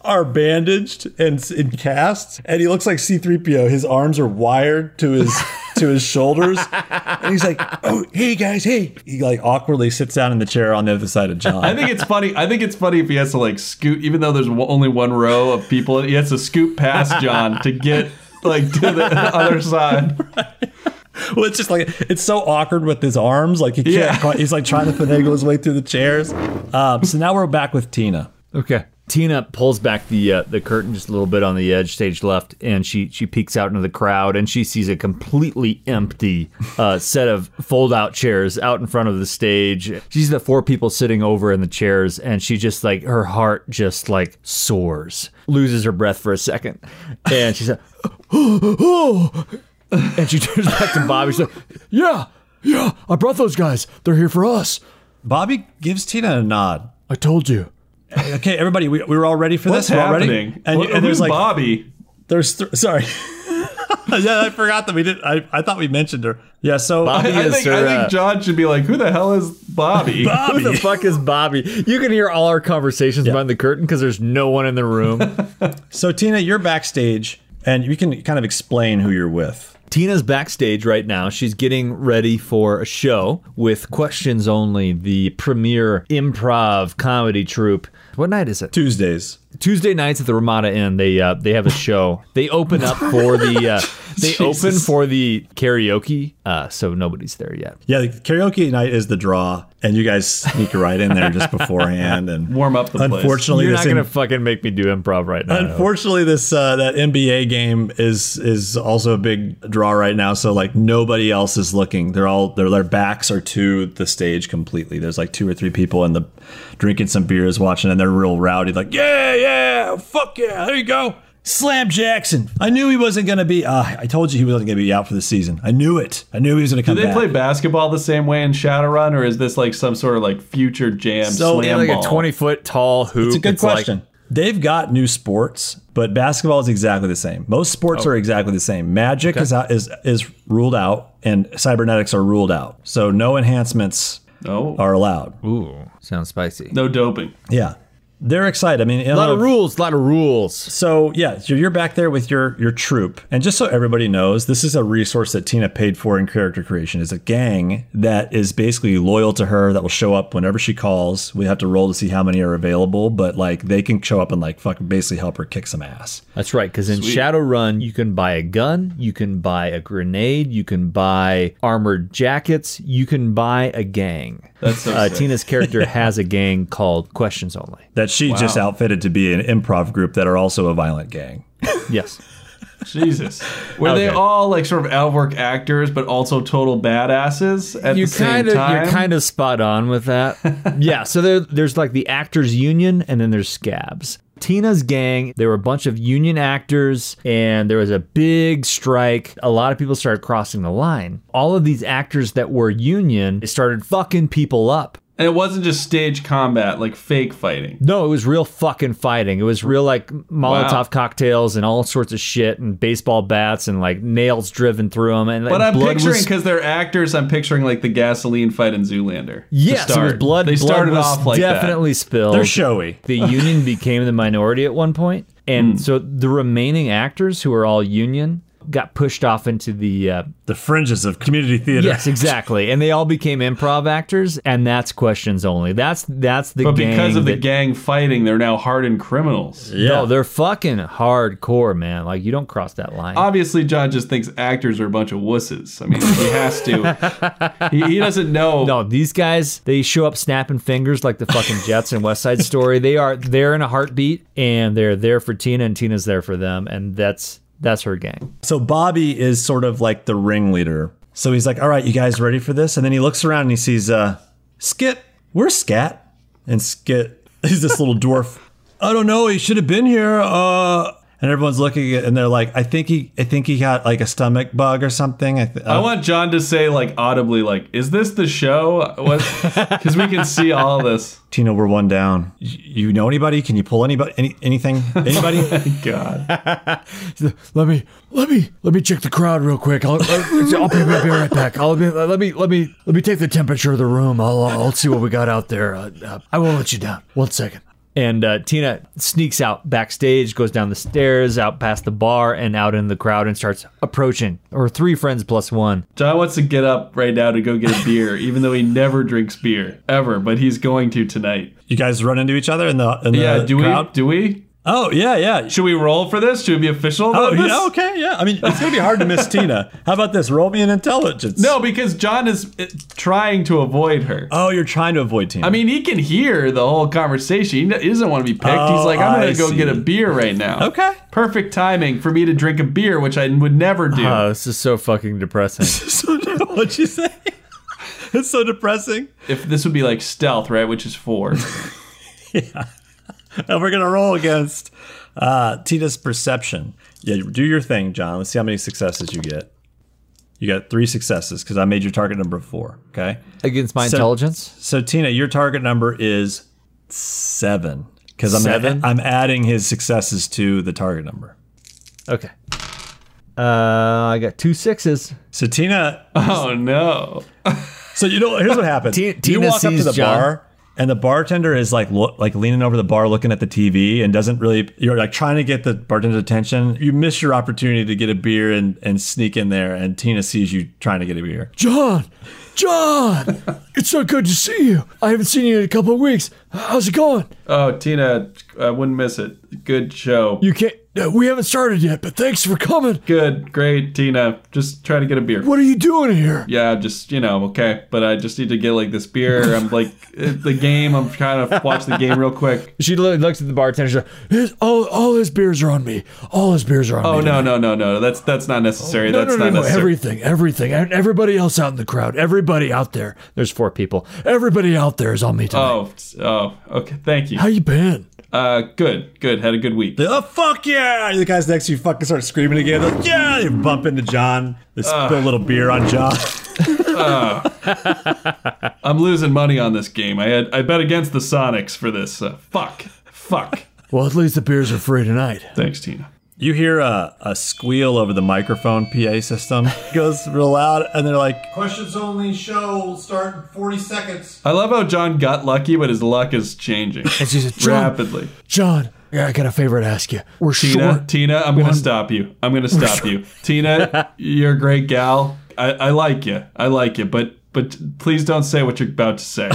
[SPEAKER 2] are bandaged and in casts, and he looks like C-3PO. His arms are wired to his to his shoulders, and he's like, "Oh, hey guys, hey!" He like awkwardly sits down in the chair on the other side of John.
[SPEAKER 4] I think it's funny. I think it's funny if he has to like scoot, even though there's w- only one row of people. He has to scoot past John to get like to the other side.
[SPEAKER 2] Well, it's just like it's so awkward with his arms. Like he can't.
[SPEAKER 4] Yeah.
[SPEAKER 2] quite- he's like trying to finagle his way through the chairs. Um, so now we're back with Tina.
[SPEAKER 3] Okay. Tina pulls back the uh, the curtain just a little bit on the edge, stage left, and she she peeks out into the crowd and she sees a completely empty uh, set of fold out chairs out in front of the stage. She sees the four people sitting over in the chairs, and she just like her heart just like soars, loses her breath for a second, and she's like, oh, and she turns back to Bobby. She's like, yeah, yeah, I brought those guys. They're here for us.
[SPEAKER 2] Bobby gives Tina a nod.
[SPEAKER 3] I told you.
[SPEAKER 2] Okay, everybody, we, we were all ready for
[SPEAKER 4] What's
[SPEAKER 2] this. We're all ready?
[SPEAKER 4] happening?
[SPEAKER 2] And,
[SPEAKER 4] Wh-
[SPEAKER 2] and
[SPEAKER 4] who's
[SPEAKER 2] there's like
[SPEAKER 4] Bobby?
[SPEAKER 2] there's th- sorry. yeah, I forgot that we did. I I thought we mentioned her. Yeah. So
[SPEAKER 3] Bobby
[SPEAKER 4] I
[SPEAKER 3] is
[SPEAKER 4] think,
[SPEAKER 3] her,
[SPEAKER 4] I
[SPEAKER 3] uh,
[SPEAKER 4] think John should be like, "Who the hell is Bobby?"
[SPEAKER 3] Who the fuck is Bobby? You can hear all our conversations behind the curtain because there's no one in the room.
[SPEAKER 2] so Tina, you're backstage, and you can kind of explain who you're with.
[SPEAKER 3] Tina's backstage right now. She's getting ready for a show with Questions Only, the premier improv comedy troupe. What night is it?
[SPEAKER 2] Tuesdays.
[SPEAKER 3] Tuesday nights at the Ramada Inn. They uh, they have a show. they open up for the uh, they open for the karaoke. Uh, so nobody's there yet.
[SPEAKER 2] Yeah, the karaoke night is the draw, and you guys sneak right in there just beforehand and
[SPEAKER 4] Warm up the place.
[SPEAKER 2] Unfortunately,
[SPEAKER 3] You're
[SPEAKER 2] this
[SPEAKER 3] not
[SPEAKER 2] in-
[SPEAKER 3] gonna fucking make me do improv right now.
[SPEAKER 2] Unfortunately, this uh, that NBA game is is also a big draw right now. So like nobody else is looking. They're all their their backs are to the stage completely. There's like two or three people in the drinking some beers, watching, and they're real rowdy. Like yeah, yeah, fuck yeah, there you go. Slam Jackson. I knew he wasn't gonna be. Uh, I told you he wasn't gonna be out for the season. I knew it. I knew he was gonna come
[SPEAKER 4] Do they
[SPEAKER 2] back.
[SPEAKER 4] play basketball the same way in Shadowrun, or is this like some sort of like future jam
[SPEAKER 2] So,
[SPEAKER 4] slam
[SPEAKER 3] like
[SPEAKER 4] ball?
[SPEAKER 3] a twenty foot tall hoop.
[SPEAKER 2] It's a good
[SPEAKER 3] like-
[SPEAKER 2] question. They've got new sports, but basketball is exactly the same. Most sports are exactly the same. Magic is out, is is ruled out, and cybernetics are ruled out. So no enhancements
[SPEAKER 4] Oh.
[SPEAKER 2] are allowed.
[SPEAKER 3] Ooh, sounds spicy.
[SPEAKER 4] no doping.
[SPEAKER 2] Yeah, they're excited. I mean,
[SPEAKER 3] A lot of rules, a lot of rules.
[SPEAKER 2] So yeah, so you're back there with your your troop, and just so everybody knows, this is a resource that Tina paid for in character creation. Is a gang that is basically loyal to her that will show up whenever she calls. We have to roll to see how many are available, but like they can show up and like fucking basically help her kick some ass.
[SPEAKER 3] That's right, because in Shadowrun, you can buy a gun, you can buy a grenade, you can buy armored jackets, you can buy a gang.
[SPEAKER 4] That's so
[SPEAKER 3] uh,
[SPEAKER 4] sick.
[SPEAKER 3] Tina's character has a gang called Questions Only.
[SPEAKER 2] That she just outfitted to be an improv group that are also a violent gang.
[SPEAKER 3] Yes.
[SPEAKER 4] Jesus. Were they
[SPEAKER 2] Okay.
[SPEAKER 4] all like sort of outwork actors, but also total badasses at
[SPEAKER 3] you
[SPEAKER 4] the same
[SPEAKER 3] kind of
[SPEAKER 4] time?
[SPEAKER 3] you're kind of spot on with that. yeah, so there, there's like the actors union and then there's scabs. Tina's gang, there were a bunch of union actors and there was a big strike. A lot of people started crossing the line. All of these actors that were union they started fucking people up.
[SPEAKER 4] and it wasn't just stage combat, like fake fighting.
[SPEAKER 3] No, it was real fucking fighting. It was real like Molotov
[SPEAKER 4] Wow.
[SPEAKER 3] cocktails and all sorts of shit and baseball bats and like nails driven through them and
[SPEAKER 4] But
[SPEAKER 3] like,
[SPEAKER 4] I'm
[SPEAKER 3] blood
[SPEAKER 4] picturing
[SPEAKER 3] was
[SPEAKER 4] because they're actors. I'm picturing like the gasoline fight in Zoolander. to
[SPEAKER 3] Yes, it was
[SPEAKER 4] start.
[SPEAKER 3] blood.
[SPEAKER 4] They
[SPEAKER 3] blood
[SPEAKER 4] started
[SPEAKER 3] was
[SPEAKER 4] off like
[SPEAKER 3] definitely spilled.
[SPEAKER 2] They're showy.
[SPEAKER 3] the
[SPEAKER 4] Hmm.
[SPEAKER 3] union became the minority at one point, and so the remaining actors who are all union got pushed off into the uh,
[SPEAKER 2] The fringes of community theater.
[SPEAKER 3] yes, exactly, and they all became improv actors, and that's questions only. That's that's the
[SPEAKER 4] But
[SPEAKER 3] gang
[SPEAKER 4] because of the
[SPEAKER 3] that-
[SPEAKER 4] gang fighting, they're now hardened criminals.
[SPEAKER 2] Yeah.
[SPEAKER 3] No, they're fucking hardcore, man. Like you don't cross that line.
[SPEAKER 4] Obviously, John just thinks actors are a bunch of wusses. I mean, he has to. he, he doesn't know.
[SPEAKER 3] no, these guys, they show up snapping fingers like the fucking Jets in West Side Story. They are there in a heartbeat and they're there for Tina and Tina's there for them and that's that's her gang.
[SPEAKER 2] So Bobby is sort of like the ringleader. So he's like, "All right, you guys ready for this?" And then he looks around and he sees uh, Skit. Where's Scat? And Skit, he's this little dwarf. I don't know. He should have been here. Uh, and everyone's looking at, and they're like, "I think he, I think he got like a stomach bug or something." I, th-
[SPEAKER 4] I
[SPEAKER 2] uh,
[SPEAKER 4] want John to say, like, audibly, like, is this the show? Because we can see all this.
[SPEAKER 2] Tina, we're one down. Y- You know anybody? Can you pull anybody? Any, anything? Anybody?
[SPEAKER 4] God.
[SPEAKER 3] Let me let me let me check the crowd real quick. I'll uh, I'll, I'll be, right back. I'll be, let me let me let me take the temperature of the room. I'll I'll see what we got out there. Uh, uh, I won't let you down. One second. And uh, Tina sneaks out backstage, goes down the stairs, out past the bar, and out in the crowd, and starts approaching. Or three friends plus one.
[SPEAKER 4] John wants to get up right now to go get a beer, even though he never drinks beer, ever, but he's going to tonight.
[SPEAKER 2] you guys run into each other in the in
[SPEAKER 4] Yeah,
[SPEAKER 2] the
[SPEAKER 4] do
[SPEAKER 2] Uh, crowd?
[SPEAKER 4] we? Do we?
[SPEAKER 2] Oh yeah, yeah.
[SPEAKER 4] Should we roll for this? Should we be official?
[SPEAKER 2] Oh,
[SPEAKER 4] about this?
[SPEAKER 2] yeah, okay, yeah. I mean, it's gonna be hard to miss Tina. How about this? Roll me an intelligence.
[SPEAKER 4] No, because John is eh, trying to avoid her.
[SPEAKER 2] Oh, you're trying to avoid Tina.
[SPEAKER 4] I mean, he can hear the whole conversation. He doesn't want to be picked.
[SPEAKER 2] Oh,
[SPEAKER 4] He's like, I'm
[SPEAKER 2] I
[SPEAKER 4] going to go
[SPEAKER 2] see.
[SPEAKER 4] get a beer right now.
[SPEAKER 2] Okay.
[SPEAKER 4] Perfect timing for me to drink a beer, which I would never do.
[SPEAKER 2] Uh-huh.
[SPEAKER 3] Oh, this is so fucking depressing.
[SPEAKER 2] so, what'd you say? it's so depressing.
[SPEAKER 4] if this would be like stealth, right? Which is four.
[SPEAKER 2] And we're gonna roll against uh, Tina's perception. Yeah, do your thing, John. Let's see how many successes you get. You got three successes because I made your target number four. Okay.
[SPEAKER 3] Against my
[SPEAKER 2] So-
[SPEAKER 3] intelligence?
[SPEAKER 2] So Tina, your target number is seven because I'm
[SPEAKER 3] Seven?
[SPEAKER 2] I'm adding his successes to the target number.
[SPEAKER 3] Okay. Uh, I got two sixes.
[SPEAKER 2] So Tina
[SPEAKER 4] oh, no.
[SPEAKER 2] So you know, here's what happens.
[SPEAKER 3] Ti-
[SPEAKER 2] you
[SPEAKER 3] Tina
[SPEAKER 2] walk up to
[SPEAKER 3] sees
[SPEAKER 2] the
[SPEAKER 3] John.
[SPEAKER 2] bar, and the bartender is like lo- like leaning over the bar, looking at the TV, and doesn't really. You're like trying to get the bartender's attention. You miss your opportunity to get a beer and and sneak in there, and Tina sees you trying to get a beer.
[SPEAKER 3] John! John! it's so good to see you. I haven't seen you in a couple of weeks. How's it going?
[SPEAKER 4] Oh, Tina, I wouldn't miss it. Good show.
[SPEAKER 3] You can't. uh, We haven't started yet, but thanks for coming.
[SPEAKER 4] Good, great, Tina. Just trying to get a beer.
[SPEAKER 3] What are you doing here?
[SPEAKER 4] Yeah, just, you know, okay. But I just need to get like this beer. I'm like, eh, the game. I'm trying to watch the game real quick.
[SPEAKER 3] She lo- looks at the bartender. She's like, "His- all, all his beers are on me. All his beers are on
[SPEAKER 4] Oh,
[SPEAKER 3] me.
[SPEAKER 4] no, no, no, no. That's that's not necessary.
[SPEAKER 3] No,
[SPEAKER 4] that's
[SPEAKER 3] no, no,
[SPEAKER 4] not
[SPEAKER 3] no,
[SPEAKER 4] necessary.
[SPEAKER 3] everything, everything, and everybody else out in the crowd, everybody out there. There's four people. Everybody out there is on me tonight.
[SPEAKER 4] Oh, oh, okay. Thank you.
[SPEAKER 3] How you been?
[SPEAKER 4] Uh, good, good. Had a good week.
[SPEAKER 2] Oh fuck yeah! The guys next to you fucking start screaming again. They're like, yeah, you bump into John. They spill a little beer on John.
[SPEAKER 4] I'm losing money on this game. I had I bet against the Sonics for this. Uh, fuck, fuck.
[SPEAKER 3] Well, at least the beers are free tonight.
[SPEAKER 4] Thanks, Tina.
[SPEAKER 2] You hear a, a squeal over the microphone PA system. It goes real loud, and they're like,
[SPEAKER 6] Questions only show will start in 40 seconds.
[SPEAKER 4] I love how John got lucky, but his luck is changing
[SPEAKER 3] And she's like, John,
[SPEAKER 4] rapidly.
[SPEAKER 3] John, I got a favor to ask you. We're
[SPEAKER 4] Tina,
[SPEAKER 3] short.
[SPEAKER 4] Tina, I'm gonna stop you. I'm gonna stop you, Tina. You're a great gal. I, I like you. I like you, but but please don't say what you're about to say.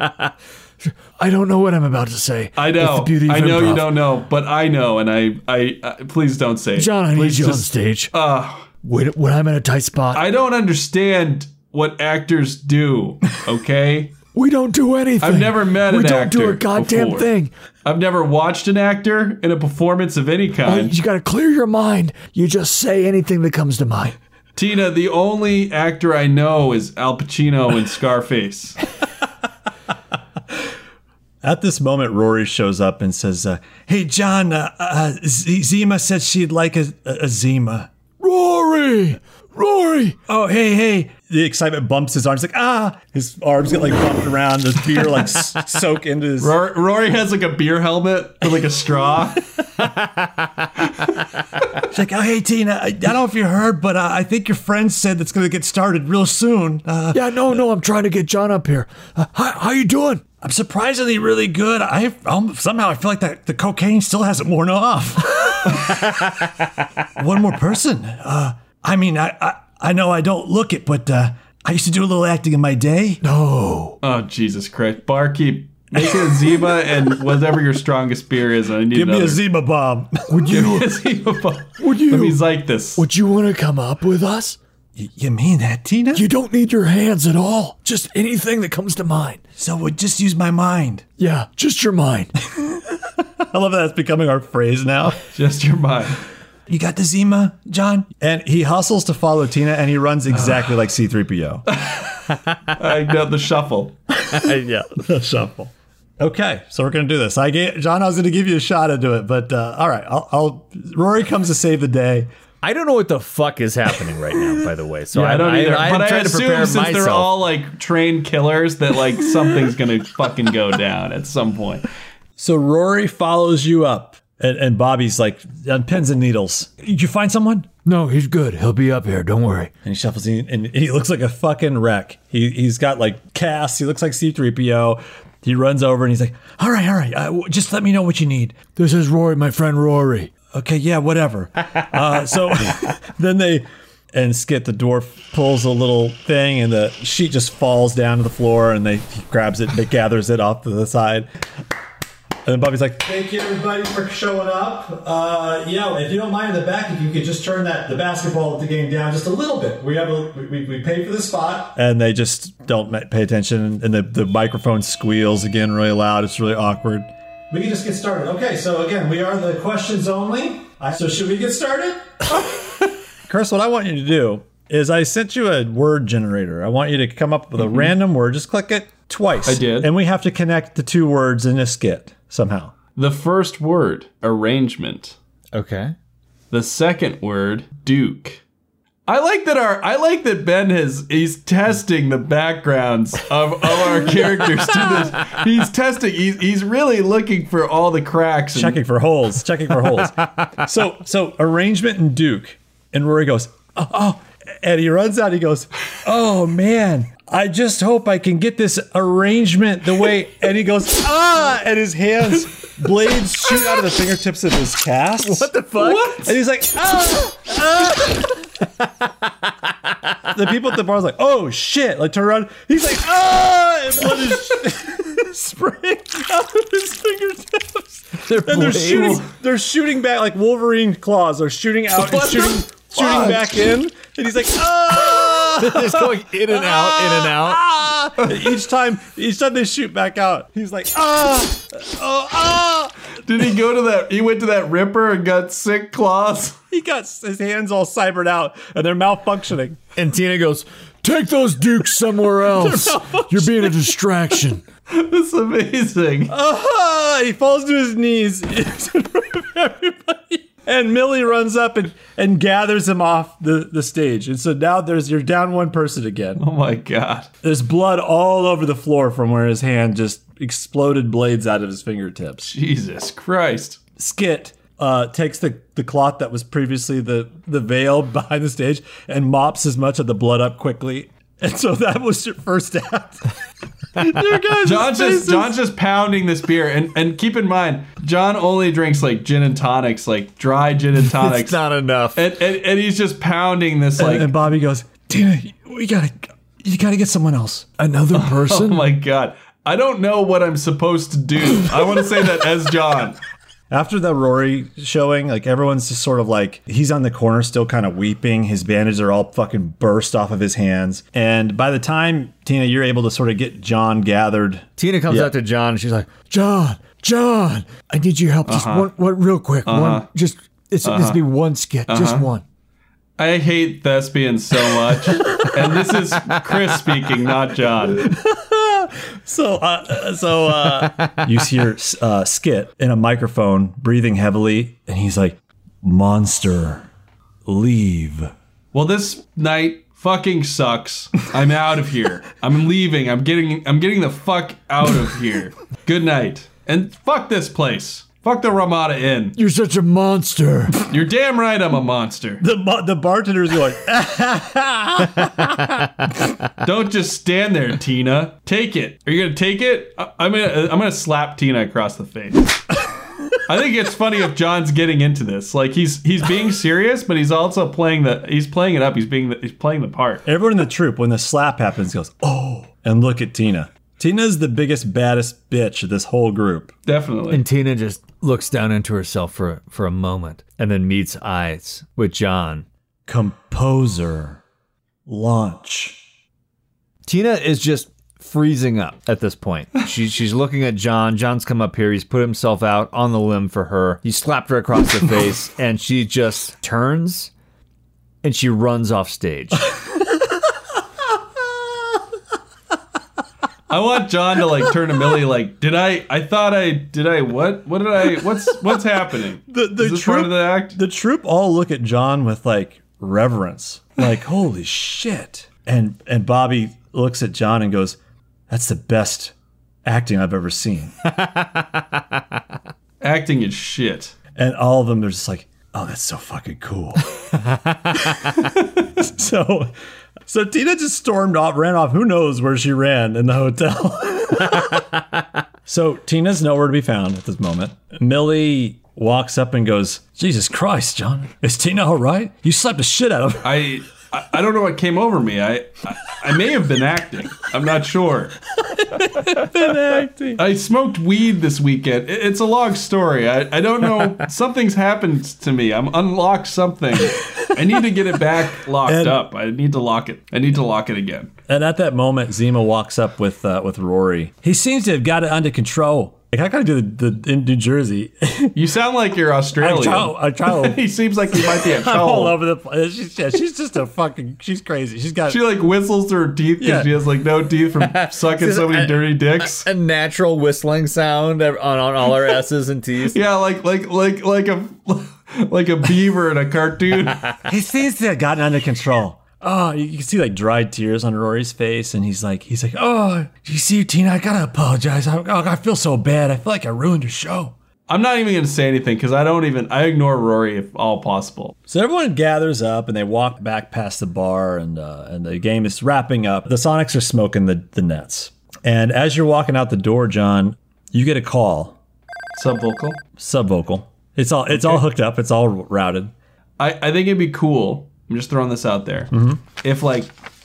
[SPEAKER 3] I don't know what I'm about to say.
[SPEAKER 4] I
[SPEAKER 3] It's
[SPEAKER 4] know.
[SPEAKER 3] the beauty of
[SPEAKER 4] I know you
[SPEAKER 3] improv.
[SPEAKER 4] don't know, but I know, and I I, I please don't say it.
[SPEAKER 3] John, I need
[SPEAKER 4] Please
[SPEAKER 3] you on
[SPEAKER 4] just-
[SPEAKER 3] stage. Uh, when, when I'm in a tight spot,
[SPEAKER 4] I don't understand what actors do. Okay.
[SPEAKER 3] we don't do anything.
[SPEAKER 4] I've never met
[SPEAKER 3] We
[SPEAKER 4] an
[SPEAKER 3] don't do
[SPEAKER 4] actor
[SPEAKER 3] a goddamn
[SPEAKER 4] before.
[SPEAKER 3] thing.
[SPEAKER 4] I've never watched an actor in a performance of any kind.
[SPEAKER 3] You got to clear your mind. You just say anything that comes to mind.
[SPEAKER 4] Tina, the only actor I know is Al Pacino in Scarface.
[SPEAKER 2] At this moment, Rory shows up and says, uh, "Hey, John, uh, uh, Z- Zima said she'd like a, a, a Zima."
[SPEAKER 3] Rory, Rory,
[SPEAKER 2] Oh, hey, hey! The excitement bumps his arms like ah. His arms get like bumped around. The beer like s- soak into his.
[SPEAKER 4] Rory, Rory has like a beer helmet with like a straw.
[SPEAKER 2] It's like, oh, hey, Tina. I, I don't know if you heard, but uh, I think your friend said it's gonna get started real soon. Uh,
[SPEAKER 3] Yeah, no, no, I'm trying to get John up here. Uh, hi, how you doing?
[SPEAKER 2] I'm surprisingly really good. I um, somehow I feel like that the cocaine still hasn't worn off. One more person. Uh, I mean, I, I I know I don't look it, but uh, I used to do a little acting in my day.
[SPEAKER 4] Oh Jesus Christ, barkeep. Make a Zima and whatever your strongest beer is. I need
[SPEAKER 2] Give me
[SPEAKER 4] another.
[SPEAKER 2] a Zima bomb.
[SPEAKER 4] Would you? Give me a Zima. bottle. Let me like this.
[SPEAKER 7] Would you want to come up with us?
[SPEAKER 2] Y- you mean that, Tina?
[SPEAKER 7] You don't need your hands at all. Just anything that comes to mind.
[SPEAKER 2] so would just use my mind.
[SPEAKER 7] Yeah, just your mind.
[SPEAKER 2] I love that that's becoming our phrase now.
[SPEAKER 4] Just your mind.
[SPEAKER 2] You got the Zima, John? And he hustles to follow Tina and he runs exactly like C3PO.
[SPEAKER 4] I know the shuffle.
[SPEAKER 3] yeah.
[SPEAKER 2] Shuffle. Okay, so we're going to do this. I gave, John, I was going to give you a shot at do it, but uh, all right. I'll, I'll, Rory comes to save the day.
[SPEAKER 3] I don't know what the fuck is happening right now, by the way. So
[SPEAKER 4] I don't either.
[SPEAKER 3] I'm
[SPEAKER 4] but I
[SPEAKER 3] trying to
[SPEAKER 4] assume
[SPEAKER 3] prepare
[SPEAKER 4] since
[SPEAKER 3] myself.
[SPEAKER 4] they're all like trained killers, that like something's gonna fucking go down at some point.
[SPEAKER 2] So Rory follows you up, and, and Bobby's like, on pins and needles. Did you find someone?
[SPEAKER 7] no, he's good. He'll be up here. Don't worry.
[SPEAKER 2] And he shuffles in, and he looks like a fucking wreck. He he's got like casts. He looks like C-3PO. He runs over and he's like, "All right, all right, uh, w- just let me know what you need."
[SPEAKER 7] This is Rory, my friend Rory.
[SPEAKER 2] Okay, yeah, whatever. uh, so then they and Skit the dwarf pulls a little thing, and the sheet just falls down to the floor, and they he grabs it, and it gathers it off to the side. And then Bobby's like,
[SPEAKER 6] Thank you everybody for showing up. Uh, yeah, if you don't mind in the back, if you could just turn that the basketball at the game down just a little bit. We have a, we- we, we paid for the spot.
[SPEAKER 2] and they just don't ma- pay attention, and the the microphone squeals again really loud. It's really awkward.
[SPEAKER 6] We can just get started. Okay, so again, we are the questions only. I, so should we get started?
[SPEAKER 2] Curse, what I want you to do is I sent you a word generator. I want you to come up with a random word. Just click it twice. I
[SPEAKER 4] did.
[SPEAKER 2] And we have to connect the two words in a skit somehow.
[SPEAKER 4] The first word, arrangement.
[SPEAKER 3] okay.
[SPEAKER 4] The second word, Duke. I like that our I like that Ben has he's testing the backgrounds of, of our characters to this. He's testing. He's he's really looking for all the cracks. and-
[SPEAKER 2] Checking for holes. Checking for holes. So so arrangement and Duke. And Rory goes, oh, oh. And he runs out. He goes, oh man. I just hope I can get this arrangement the way. And he goes, ah! And his hands, blades shoot out of the fingertips of his cast. What the fuck? And he's like, ah! the people at the bar was like, "Oh shit!" Like turn around, he's like, "Ah!" And blood is spraying out of his fingertips. and they're shooting, they're shooting back like Wolverine claws. are shooting out and shooting, shooting back in, and he's like, "Ah!"
[SPEAKER 3] It's going in and out, in and out.
[SPEAKER 2] ah! And each time, each time they shoot back out, he's like, "Ah!" Oh, ah!
[SPEAKER 4] Did he go to that? He went to that Ripper and got sick claws.
[SPEAKER 2] He got s- his hands all cybered out, and they're malfunctioning.
[SPEAKER 7] And Tina goes, Take those dukes somewhere else. You're being a distraction.
[SPEAKER 4] It's amazing.
[SPEAKER 2] Ah, he falls to his knees in front of everybody. And Millie runs up and, and gathers him off the, the stage. And so now there's you're down one person again.
[SPEAKER 4] Oh my god.
[SPEAKER 2] There's blood all over the floor from where his hand just exploded blades out of his fingertips.
[SPEAKER 4] Jesus Christ.
[SPEAKER 2] Skit uh, takes the, the cloth that was previously the, the veil behind the stage and mops as much of the blood up quickly. And so that was your first act. Your guys'
[SPEAKER 4] John's just
[SPEAKER 2] faces-
[SPEAKER 4] John's just pounding this beer, and and keep in mind, John only drinks like gin and tonics, like dry gin and tonics,
[SPEAKER 3] It's not enough.
[SPEAKER 4] and, and and he's just pounding this
[SPEAKER 2] And-
[SPEAKER 4] like.
[SPEAKER 2] and Bobby goes, Tina, we gotta, you gotta get someone else.
[SPEAKER 7] Another
[SPEAKER 4] oh
[SPEAKER 7] person?
[SPEAKER 4] my god, I don't know what I'm supposed to do. I want to say that as John.
[SPEAKER 2] After the Rory showing, like everyone's just sort of like he's on the corner, still kind of weeping. His bandages are all fucking burst off of his hands. And by the time Tina, you're able to sort of get John gathered.
[SPEAKER 3] Tina comes out to John and she's like,
[SPEAKER 7] John, John, I need your help. Just
[SPEAKER 2] Uh-huh.
[SPEAKER 7] one, one real quick. One, just, it's, this be one skit.
[SPEAKER 2] Uh-huh.
[SPEAKER 7] Just one.
[SPEAKER 4] I hate thespians so much, and this is Chris speaking, not John.
[SPEAKER 2] So, uh, so uh, you hear uh, Skit in a microphone, breathing heavily, and he's like, "Monster, leave."
[SPEAKER 4] Well, this night fucking sucks. I'm out of here. I'm leaving. I'm getting I'm getting the fuck out of here. Good night. And fuck this place. Fuck the Ramada Inn.
[SPEAKER 7] You're such a monster.
[SPEAKER 4] You're damn right I'm a monster.
[SPEAKER 2] The ba- the bartender's going. "Ah."
[SPEAKER 4] Don't just stand there, Tina. Take it. Are you gonna take it? I- I'm gonna I'm gonna slap Tina across the face. I think it's funny if John's getting into this. Like he's he's being serious, but he's also playing the he's playing it up. He's being the, he's playing the part.
[SPEAKER 2] Everyone in the troop, when the slap happens, goes oh, and look at Tina. Tina's the biggest baddest bitch of this whole group.
[SPEAKER 4] Definitely.
[SPEAKER 3] And Tina just looks down into herself for for a moment and then meets eyes with John.
[SPEAKER 2] Composer, launch.
[SPEAKER 3] Tina is just freezing up at this point. She, she's looking at John. John's come up here. He's put himself out on the limb for her. He slapped her across the face, and she just turns and she runs off stage.
[SPEAKER 4] I want John to like turn to Millie like, did I? I thought I did. I what? What did I? What's what's happening?
[SPEAKER 2] The the
[SPEAKER 4] Is this
[SPEAKER 2] troop
[SPEAKER 4] part of the act?
[SPEAKER 2] the troop all look at John with like reverence, like holy shit. And and Bobby looks at John and goes, "That's the best acting I've ever seen."
[SPEAKER 4] Acting is shit.
[SPEAKER 2] And all of them are just like, "Oh, that's so fucking cool." so so Tina just stormed off, ran off. Who knows where she ran in the hotel? so Tina's nowhere to be found at this moment. Millie walks up and goes, "Jesus Christ, John, is Tina all right? You slapped the shit out of her."
[SPEAKER 4] I I, I don't know what came over me. I, I I may have been acting. I'm not sure. I smoked weed this weekend. It- It's a long story. I, I don't know. Something's happened to me. I'm unlocked something. I need to get it back locked
[SPEAKER 2] And-
[SPEAKER 4] up. I need to lock it. I need to lock it again.
[SPEAKER 2] And at that moment, Zima walks up with uh, with Rory. He seems to have got it under control. Like I gotta do the, the in New Jersey.
[SPEAKER 4] You sound like you're
[SPEAKER 2] I
[SPEAKER 4] Australian.
[SPEAKER 2] chow, I chow.
[SPEAKER 4] he seems like he might be a
[SPEAKER 2] I'm all
[SPEAKER 4] troll.
[SPEAKER 2] over the place. She's, yeah, she's just a fucking. She's crazy. She's got.
[SPEAKER 4] She like whistles through her teeth because
[SPEAKER 2] Yeah. "Uh,
[SPEAKER 4] she has like no teeth from sucking so many dirty dicks.
[SPEAKER 3] a natural whistling sound on, on all our S's and T's.
[SPEAKER 4] Yeah, like like like like a like a beaver in a cartoon.
[SPEAKER 2] he seems to have gotten under control. Oh, you can see like dried tears on Rory's face, and he's like, he's like, oh, you see, Tina, I gotta apologize. I, oh, I feel so bad. I feel like I ruined your show.
[SPEAKER 4] I'm not even gonna say anything because I don't even I ignore Rory if all possible.
[SPEAKER 2] So everyone gathers up and they walk back past the bar, and uh, and the game is wrapping up. The Sonics are smoking the, the nets, and as you're walking out the door, John, you get a call,
[SPEAKER 4] Subvocal.
[SPEAKER 2] subvocal. It's all it's all hooked up. It's all routed.
[SPEAKER 4] I I think it'd be cool. I'm just throwing this out there.
[SPEAKER 2] Mm-hmm.
[SPEAKER 4] If like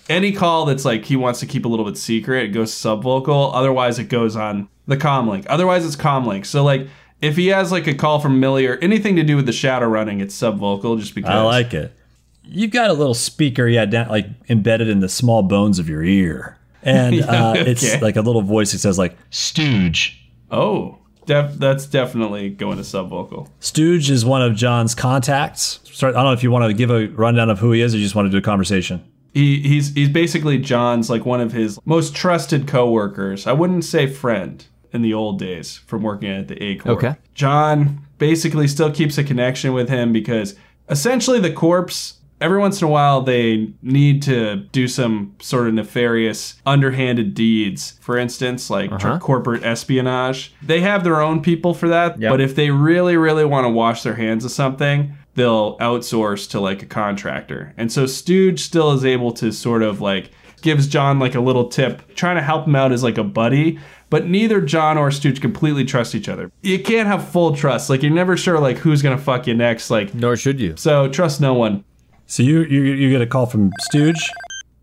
[SPEAKER 4] any call that's like he wants to keep a little bit secret, it goes subvocal. Otherwise, it goes on the comlink. Otherwise, it's comlink. So like. If he has like a call from Millie or anything to do with the shadow running, it's subvocal just because.
[SPEAKER 2] I like it. You've got a little speaker, yeah, down, like embedded in the small bones of your ear, and uh,
[SPEAKER 4] okay.
[SPEAKER 2] it's like a little voice that says like
[SPEAKER 8] Stooge.
[SPEAKER 4] Oh, def- that's definitely going to subvocal.
[SPEAKER 2] Stooge is one of John's contacts. Sorry, I don't know if you want to give a rundown of who he is, or you just want to do a conversation.
[SPEAKER 4] He, he's he's basically John's like one of his most trusted coworkers. I wouldn't say friend in the old days from working at the A Corp.
[SPEAKER 3] Okay.
[SPEAKER 4] John basically still keeps a connection with him because essentially the corpse every once in a while they need to do some sort of nefarious underhanded deeds for instance like tr- corporate espionage they have their own people for that but if they really really want to wash their hands of something they'll outsource to like a contractor and so stooge still is able to sort of like gives John like a little tip, trying to help him out as like a buddy. But neither John or Stooge completely trust each other. You can't have full trust. Like you're never sure like who's gonna fuck you next. Like
[SPEAKER 3] Nor should you.
[SPEAKER 4] so, trust no one.
[SPEAKER 2] So you you, you get a call from Stooge.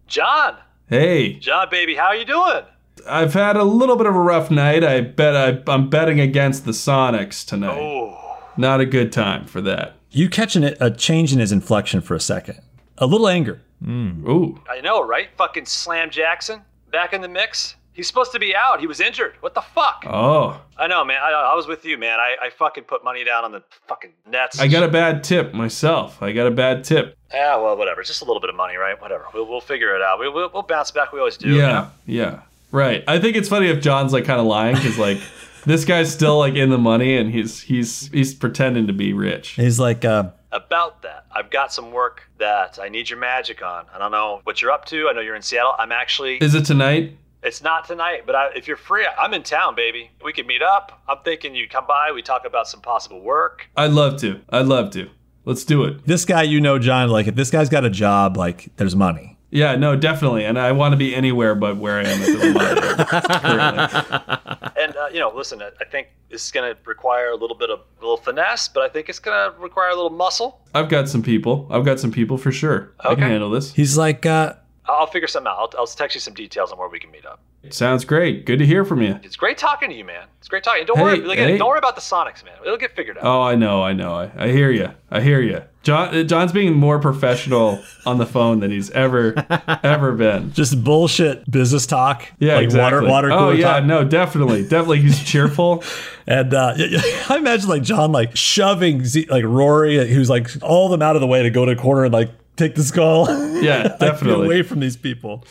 [SPEAKER 5] John,
[SPEAKER 4] Hey,
[SPEAKER 5] John, baby, how you doing?
[SPEAKER 4] I've had a little bit of a rough night. I bet I, I'm betting against the Sonics tonight. Not a good time for that.
[SPEAKER 2] You catch an, a change in his inflection for a second, a little anger.
[SPEAKER 4] Ooh,
[SPEAKER 5] I know, right? Fucking Slam Jackson back in the mix. He's supposed to be out. He was injured. What the fuck?
[SPEAKER 4] oh,
[SPEAKER 5] I know, man. I, I was with you, man. I, I fucking put money down on the fucking Nets.
[SPEAKER 4] I got a bad tip myself. I got a bad tip.
[SPEAKER 5] Yeah, well, whatever. It's just a little bit of money, right? Whatever. We'll, we'll figure it out. We, we'll, we'll bounce back. We always do.
[SPEAKER 4] Yeah, yeah, right. I think it's funny if John's like kind of lying because like this guy's still like in the money and he's he's he's pretending to be rich.
[SPEAKER 2] He's like, uh,
[SPEAKER 5] About that, I've got some work that I need your magic on. I don't know what you're up to. I know you're in Seattle. I'm actually.
[SPEAKER 4] Is it tonight?
[SPEAKER 5] It's not tonight, but I, if you're free, I'm in town, baby. We could meet up. I'm thinking you come by. We talk about some possible work.
[SPEAKER 4] I'd love to. I'd love to. Let's do it.
[SPEAKER 2] This guy, you know, John, like if this guy's got a job, like there's money.
[SPEAKER 4] Yeah, no, definitely. And I want to be anywhere but where I am at the moment. currently.
[SPEAKER 5] And uh, you know, listen, I I think this is going to require a little bit of a little finesse, but I think it's going to require a little muscle.
[SPEAKER 4] I've got some people. I've got some people for sure. I can
[SPEAKER 5] Okay.
[SPEAKER 4] handle this.
[SPEAKER 2] He's like, uh,
[SPEAKER 5] I'll figure something out. I'll, I'll text you some details on where we can meet up.
[SPEAKER 4] Sounds great. Good to hear from you.
[SPEAKER 5] It's great talking to you, man. It's great talking. Don't
[SPEAKER 4] Hey,
[SPEAKER 5] worry, like,
[SPEAKER 4] hey.
[SPEAKER 5] don't worry about the Sonics, man. It'll get figured out.
[SPEAKER 4] Oh, I know, I know. I, I hear you. I hear you. John, uh, John's being more professional on the phone than he's ever, ever been.
[SPEAKER 2] just bullshit business talk.
[SPEAKER 4] Yeah,
[SPEAKER 2] like
[SPEAKER 4] exactly.
[SPEAKER 2] water, water
[SPEAKER 4] oh
[SPEAKER 2] cooler
[SPEAKER 4] yeah,
[SPEAKER 2] talk.
[SPEAKER 4] no, definitely, definitely. He's cheerful.
[SPEAKER 2] And uh, I imagine like John like shoving Z- like Rory, who's like all them out of the way to go to a corner and like take the skull.
[SPEAKER 4] Yeah, definitely.
[SPEAKER 2] away from these people.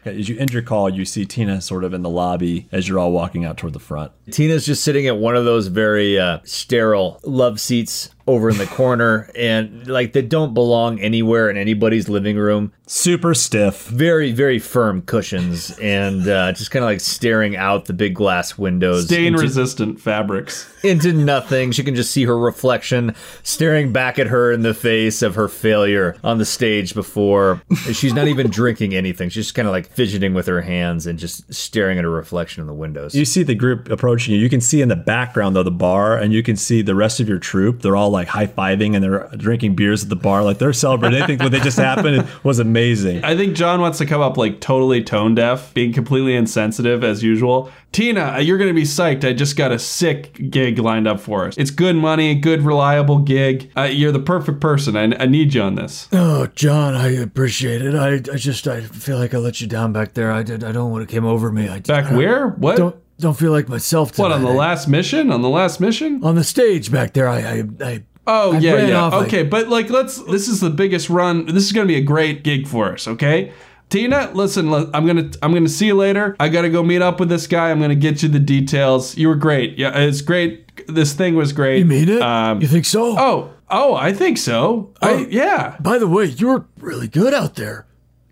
[SPEAKER 2] Okay, as you end your call, you see Tina sort of in the lobby as you're all walking out toward the front.
[SPEAKER 3] Tina's just sitting at one of those very uh, sterile love seats over in the corner, and like they don't belong anywhere in anybody's living room.
[SPEAKER 2] Super stiff.
[SPEAKER 3] Very, very firm cushions, and uh, just kind of like staring out the big glass windows
[SPEAKER 4] Stain
[SPEAKER 3] into,
[SPEAKER 4] resistant fabrics.
[SPEAKER 3] into nothing. She can just see her reflection staring back at her in the face of her failure on the stage before. She's not even drinking anything. She's just kind of like fidgeting with her hands and just staring at her reflection in the windows.
[SPEAKER 2] You see the group approaching you. You can see in the background though the bar, and you can see the rest of your troop. They're all like high fiving and they're drinking beers at the bar, like they're celebrating. they think what they just happened was amazing.
[SPEAKER 4] I think John wants to come up like totally tone deaf, being completely insensitive as usual. Tina, uh, you're going to be psyched. I just got a sick gig lined up for us. It's good money, good, reliable gig. Uh, you're the perfect person. I, I need you on this.
[SPEAKER 7] Oh, John, I appreciate it. I, I just I feel like I let you down back there. I did. I don't want it came over me. I
[SPEAKER 4] Back where? What?
[SPEAKER 7] don't don't feel like myself. Tonight.
[SPEAKER 4] what, on the last mission? On the last mission?
[SPEAKER 7] on the stage back there. I I, I
[SPEAKER 4] Oh
[SPEAKER 7] I
[SPEAKER 4] yeah,
[SPEAKER 7] ran
[SPEAKER 4] yeah.
[SPEAKER 7] off, like-
[SPEAKER 4] okay, but like let's this is the biggest run. This is going to be a great gig for us, okay? Tina, listen, l- I'm going to I'm going to see you later. I got to go meet up with this guy. I'm going to get you the details. You were great. Yeah, it's great. This thing was great.
[SPEAKER 7] you mean it.
[SPEAKER 4] Um,
[SPEAKER 7] you think so?
[SPEAKER 4] oh, oh, I think so.
[SPEAKER 7] Oh.
[SPEAKER 4] I yeah.
[SPEAKER 7] By the way, you were really good out there.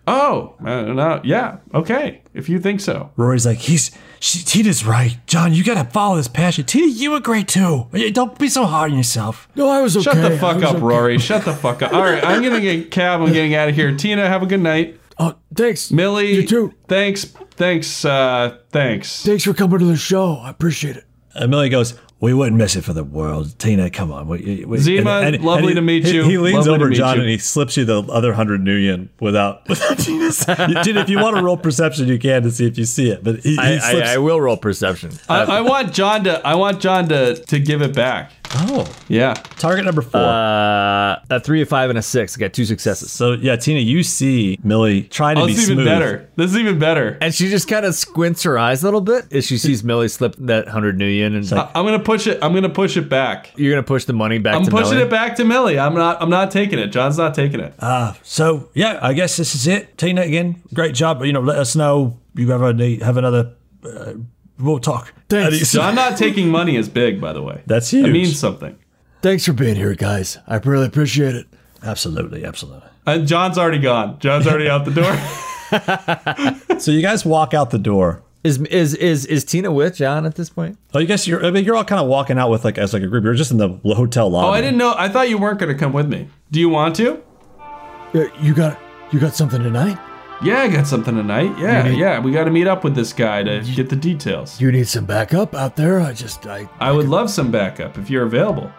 [SPEAKER 4] Oh, uh, no, yeah. Okay. If you think so.
[SPEAKER 2] Rory's like, he's she, Tina's right. John, you gotta follow this passion. Tina, you were great too. Yeah, Don't be so hard on yourself.
[SPEAKER 7] No, I was okay.
[SPEAKER 4] Shut
[SPEAKER 7] I
[SPEAKER 4] the fuck
[SPEAKER 7] was
[SPEAKER 4] up,
[SPEAKER 7] okay.
[SPEAKER 4] Rory. Shut the fuck up. All right, I'm going to get a cab. I'm getting out of here. Tina, have a good night.
[SPEAKER 7] Oh, thanks,
[SPEAKER 4] Millie,
[SPEAKER 7] You too.
[SPEAKER 4] thanks. Thanks uh thanks.
[SPEAKER 7] Thanks for coming to the show. I appreciate it.
[SPEAKER 2] Amelia goes, we wouldn't miss it for the world. Tina, come on. We, we,
[SPEAKER 4] Zima, lovely
[SPEAKER 2] he-
[SPEAKER 4] to meet
[SPEAKER 2] he-
[SPEAKER 4] you.
[SPEAKER 2] He leans
[SPEAKER 4] Lovely to
[SPEAKER 2] over
[SPEAKER 4] meet
[SPEAKER 2] John
[SPEAKER 4] you.
[SPEAKER 2] and he slips you the other hundred Nuyen without without Tina's. Tina, if you want to roll perception, you can to see if you see it. But he, he
[SPEAKER 3] I,
[SPEAKER 2] slips.
[SPEAKER 3] I, I will roll perception.
[SPEAKER 4] I, I want John to. I want John to to give it back.
[SPEAKER 2] oh,
[SPEAKER 4] Yeah.
[SPEAKER 2] target number four.
[SPEAKER 3] Uh, a three, a five, and a six. I got two successes.
[SPEAKER 2] so yeah, Tina, you see Millie trying to
[SPEAKER 4] Oh,
[SPEAKER 2] be
[SPEAKER 4] this is
[SPEAKER 2] smooth.
[SPEAKER 4] even better. This is even better.
[SPEAKER 3] And she just kind of squints her eyes a little bit as she sees Millie slip that 100 new yen. And
[SPEAKER 4] I- uh, I'm gonna push it. I'm gonna push it back.
[SPEAKER 3] you're going to push the money back
[SPEAKER 4] I'm
[SPEAKER 3] to
[SPEAKER 4] pushing
[SPEAKER 3] Millie.
[SPEAKER 4] it back to Millie. I'm not. I'm not taking it. John's not taking it.
[SPEAKER 2] So yeah, I guess this is it. Tina, again, great job. You know, let us know you ever need have another. Uh, we'll talk.
[SPEAKER 7] Thanks.
[SPEAKER 4] John not taking money is big, by the way.
[SPEAKER 2] That's huge.
[SPEAKER 4] It means something.
[SPEAKER 7] Thanks for being here, guys. I really appreciate it.
[SPEAKER 2] Absolutely, absolutely.
[SPEAKER 4] And Uh, John's already gone. John's already out the door.
[SPEAKER 2] So you guys walk out the door.
[SPEAKER 3] Is, is, is, is Tina with John at this point?
[SPEAKER 2] Oh, you guys, you're I mean, you're all kind of walking out with like as like a group. You're just in the hotel lobby.
[SPEAKER 4] Oh, I didn't know. I thought you weren't gonna come with me. Do you want to?
[SPEAKER 7] Uh, You got you got something tonight?
[SPEAKER 4] Yeah, I got something tonight. Yeah, yeah. We got to meet up with this guy to get the details.
[SPEAKER 7] Do you need some backup out there? I just I
[SPEAKER 4] I would love some backup if you're available.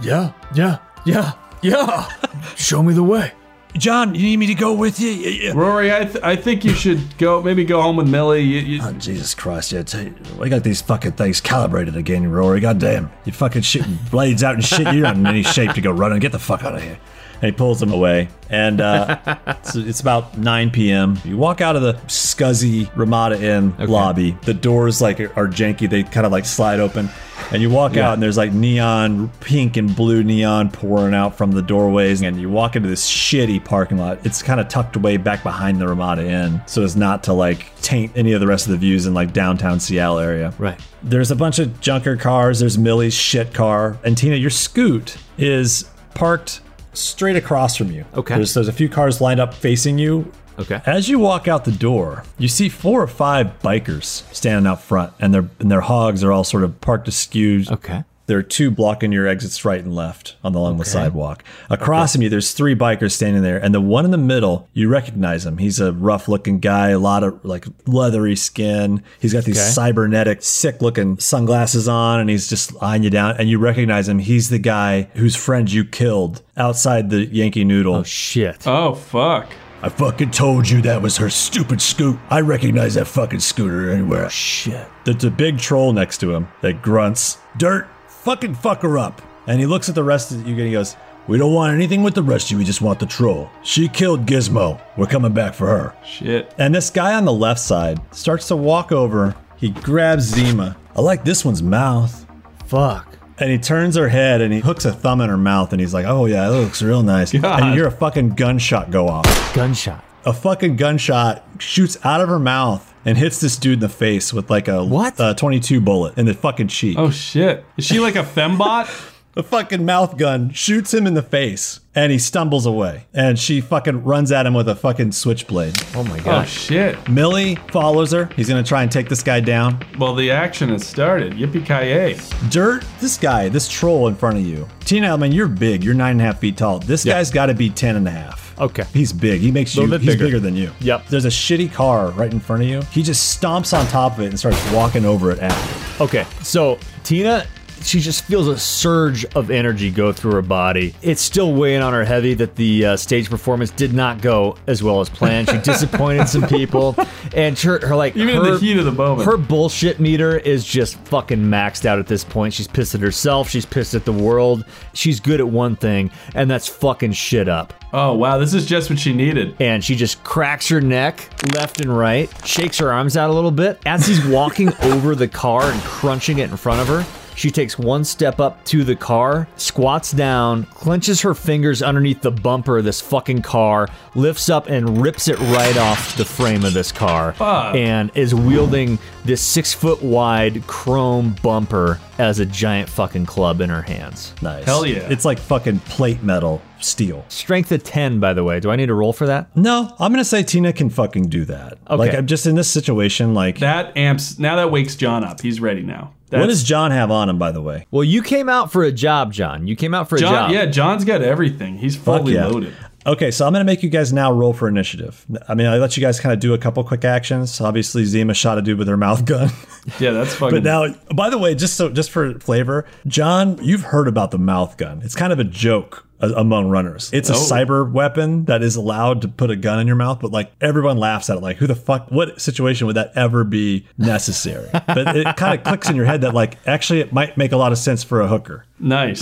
[SPEAKER 7] yeah yeah yeah yeah. Show me the way.
[SPEAKER 2] John, you need me to go with you? Yeah, yeah.
[SPEAKER 4] Rory, I, th- I think you should go. Maybe go home with Millie. You, you,
[SPEAKER 2] Oh, Jesus Christ! Yeah, t- we got these fucking things calibrated again, Rory. Goddamn, you fucking shooting blades out and shit. You're not in any shape to go running. Get the fuck out of here. And he pulls him away, and uh, it's, it's about 9 p.m. You walk out of the scuzzy Ramada Inn lobby. The doors like are janky; they kind of like slide open, and you walk out, and there's like neon, pink and blue neon pouring out from the doorways. And you walk into this shitty parking lot. It's kind of tucked away back behind the Ramada Inn, so as not to like taint any of the rest of the views in like downtown Seattle area.
[SPEAKER 3] Right.
[SPEAKER 2] There's a bunch of junker cars. There's Millie's shit car, and Tina, your scoot is parked straight across from you.
[SPEAKER 3] Okay.
[SPEAKER 2] There's, there's a few cars lined up facing you
[SPEAKER 3] Okay.
[SPEAKER 2] As you walk out the door, you see four or five bikers standing out front, and their and their hogs are all sort of parked askew.
[SPEAKER 3] Okay.
[SPEAKER 2] There are two blocking your exits right and left on the along the sidewalk. Across from you, there's three bikers standing there, and the one in the middle, you recognize him. He's a rough-looking guy, a lot of like leathery skin. He's got these
[SPEAKER 3] Okay.
[SPEAKER 2] cybernetic, sick-looking sunglasses on, and he's just eyeing you down. And you recognize him. He's the guy whose friend you killed outside the Yankee Noodle.
[SPEAKER 3] Shit.
[SPEAKER 4] Oh fuck.
[SPEAKER 2] I fucking told you that was her stupid scoot. I recognize that fucking scooter anywhere. Shit. There's a big troll next to him that grunts, Dirt, fucking fuck her up. And he looks at the rest of you and he goes, We don't want anything with the rest of you, we just want the troll. She killed Gizmo. We're coming back for her.
[SPEAKER 4] Shit.
[SPEAKER 2] And this guy on the left side starts to walk over. He grabs Zima. I like this one's mouth.
[SPEAKER 3] Fuck.
[SPEAKER 2] And he turns her head and he hooks a thumb in her mouth and he's like, Oh yeah, that looks real nice. And you hear a fucking gunshot go off
[SPEAKER 3] Gunshot.
[SPEAKER 2] a fucking gunshot shoots out of her mouth and hits this dude in the face with like a
[SPEAKER 3] What?
[SPEAKER 2] uh, 22 bullet in the fucking cheek.
[SPEAKER 4] Oh shit. Is she like a fembot?
[SPEAKER 2] The fucking mouth gun shoots him in the face and he stumbles away. And she fucking runs at him with a fucking switchblade.
[SPEAKER 3] Oh my
[SPEAKER 4] oh
[SPEAKER 3] god.
[SPEAKER 4] shit.
[SPEAKER 2] Millie follows her. He's gonna try and take this guy down.
[SPEAKER 4] Well, the action has started. Yippee ki yay!
[SPEAKER 2] Dirt, this guy, this troll in front of you. Tina, I mean, you're big. You're nine and a half feet tall. This guy's gotta be ten and a half.
[SPEAKER 3] Okay.
[SPEAKER 2] He's big. He makes you.
[SPEAKER 3] Little bit
[SPEAKER 2] he's
[SPEAKER 3] bigger.
[SPEAKER 2] bigger than you.
[SPEAKER 3] Yep.
[SPEAKER 2] There's a shitty car right in front of you. He just stomps on top of it and starts walking over it after.
[SPEAKER 3] Okay. So Tina, she just feels a surge of energy go through her body. It's still weighing on her heavy that the uh, stage performance did not go as well as planned. She disappointed some people, and her, her like
[SPEAKER 4] Even in
[SPEAKER 3] her,
[SPEAKER 4] the heat of the moment.
[SPEAKER 3] her bullshit meter is just fucking maxed out at this point. She's pissed at herself. She's pissed at the world. She's good at one thing, and that's fucking shit up.
[SPEAKER 4] Oh wow, this is just what she needed.
[SPEAKER 3] and she just cracks her neck left and right, shakes her arms out a little bit. As he's walking over the car and crunching it in front of her, she takes one step up to the car, squats down, clenches her fingers underneath the bumper of this fucking car, lifts up and rips it right off the frame of this car, and is wielding this six foot wide chrome bumper as a giant fucking club in her hands.
[SPEAKER 2] Nice.
[SPEAKER 4] Hell yeah.
[SPEAKER 2] It's like fucking plate metal steel.
[SPEAKER 3] Strength of 10, by the way. Do I need to roll for that?
[SPEAKER 2] No, I'm gonna say Tina can fucking do that.
[SPEAKER 3] Okay.
[SPEAKER 2] Like I'm just in this situation. Like,
[SPEAKER 4] That amps. Now that wakes John up. He's ready now. That's,
[SPEAKER 2] what does John have on him, by the way?
[SPEAKER 3] Well, you came out for a job, John. You came out for a job.
[SPEAKER 4] John? Yeah, John's got everything. He's
[SPEAKER 2] Fuck
[SPEAKER 4] fully
[SPEAKER 2] yeah.
[SPEAKER 4] loaded.
[SPEAKER 2] Okay, so I'm gonna make you guys now roll for initiative. I mean, I let you guys kind of do a couple quick actions. Obviously, Zima shot a dude with her mouth gun.
[SPEAKER 4] Yeah, that's fucking.
[SPEAKER 2] But now, by the way, just so just for flavor, John, you've heard about the mouth gun. It's kind of a joke a- among runners. It's a
[SPEAKER 4] Oh.
[SPEAKER 2] cyber weapon that is allowed to put a gun in your mouth, but like everyone laughs at it. Like, who the fuck? What situation would that ever be necessary? but it kind of clicks in your head that like actually it might make a lot of sense for a hooker.
[SPEAKER 4] nice.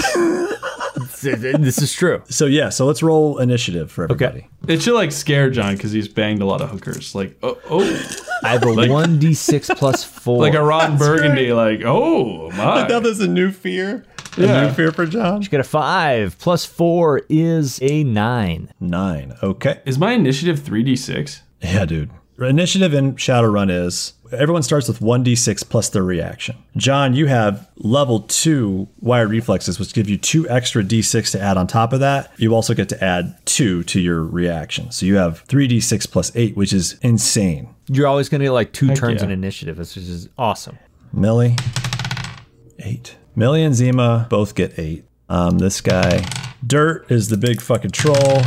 [SPEAKER 3] this is true.
[SPEAKER 2] So yeah, so let's roll initiative for everybody.
[SPEAKER 4] It should like scare John because he's banged a lot of hookers. Like oh, oh.
[SPEAKER 3] I have a one d six plus four.
[SPEAKER 4] like a Ron Burgundy. Like oh
[SPEAKER 2] Now
[SPEAKER 4] my.
[SPEAKER 2] there's a new fear. A
[SPEAKER 4] Yeah.
[SPEAKER 2] new fear for John.
[SPEAKER 3] Get a five plus four is a nine.
[SPEAKER 2] Nine. Okay.
[SPEAKER 4] Is my initiative three d six?
[SPEAKER 2] Yeah, dude. Initiative in Shadowrun is everyone starts with 1d6 plus their reaction. John, you have level 2 wired reflexes, which give you 2 extra d6 to add on top of that. You also get to add 2 to your reaction. So you have 3d6 plus 8, which is insane.
[SPEAKER 3] You're always going to get like two turns
[SPEAKER 4] yeah.
[SPEAKER 3] in initiative. This is awesome.
[SPEAKER 2] Millie, 8. Millie and Zima both get 8. Um, this guy, Dirt, is the big fucking troll.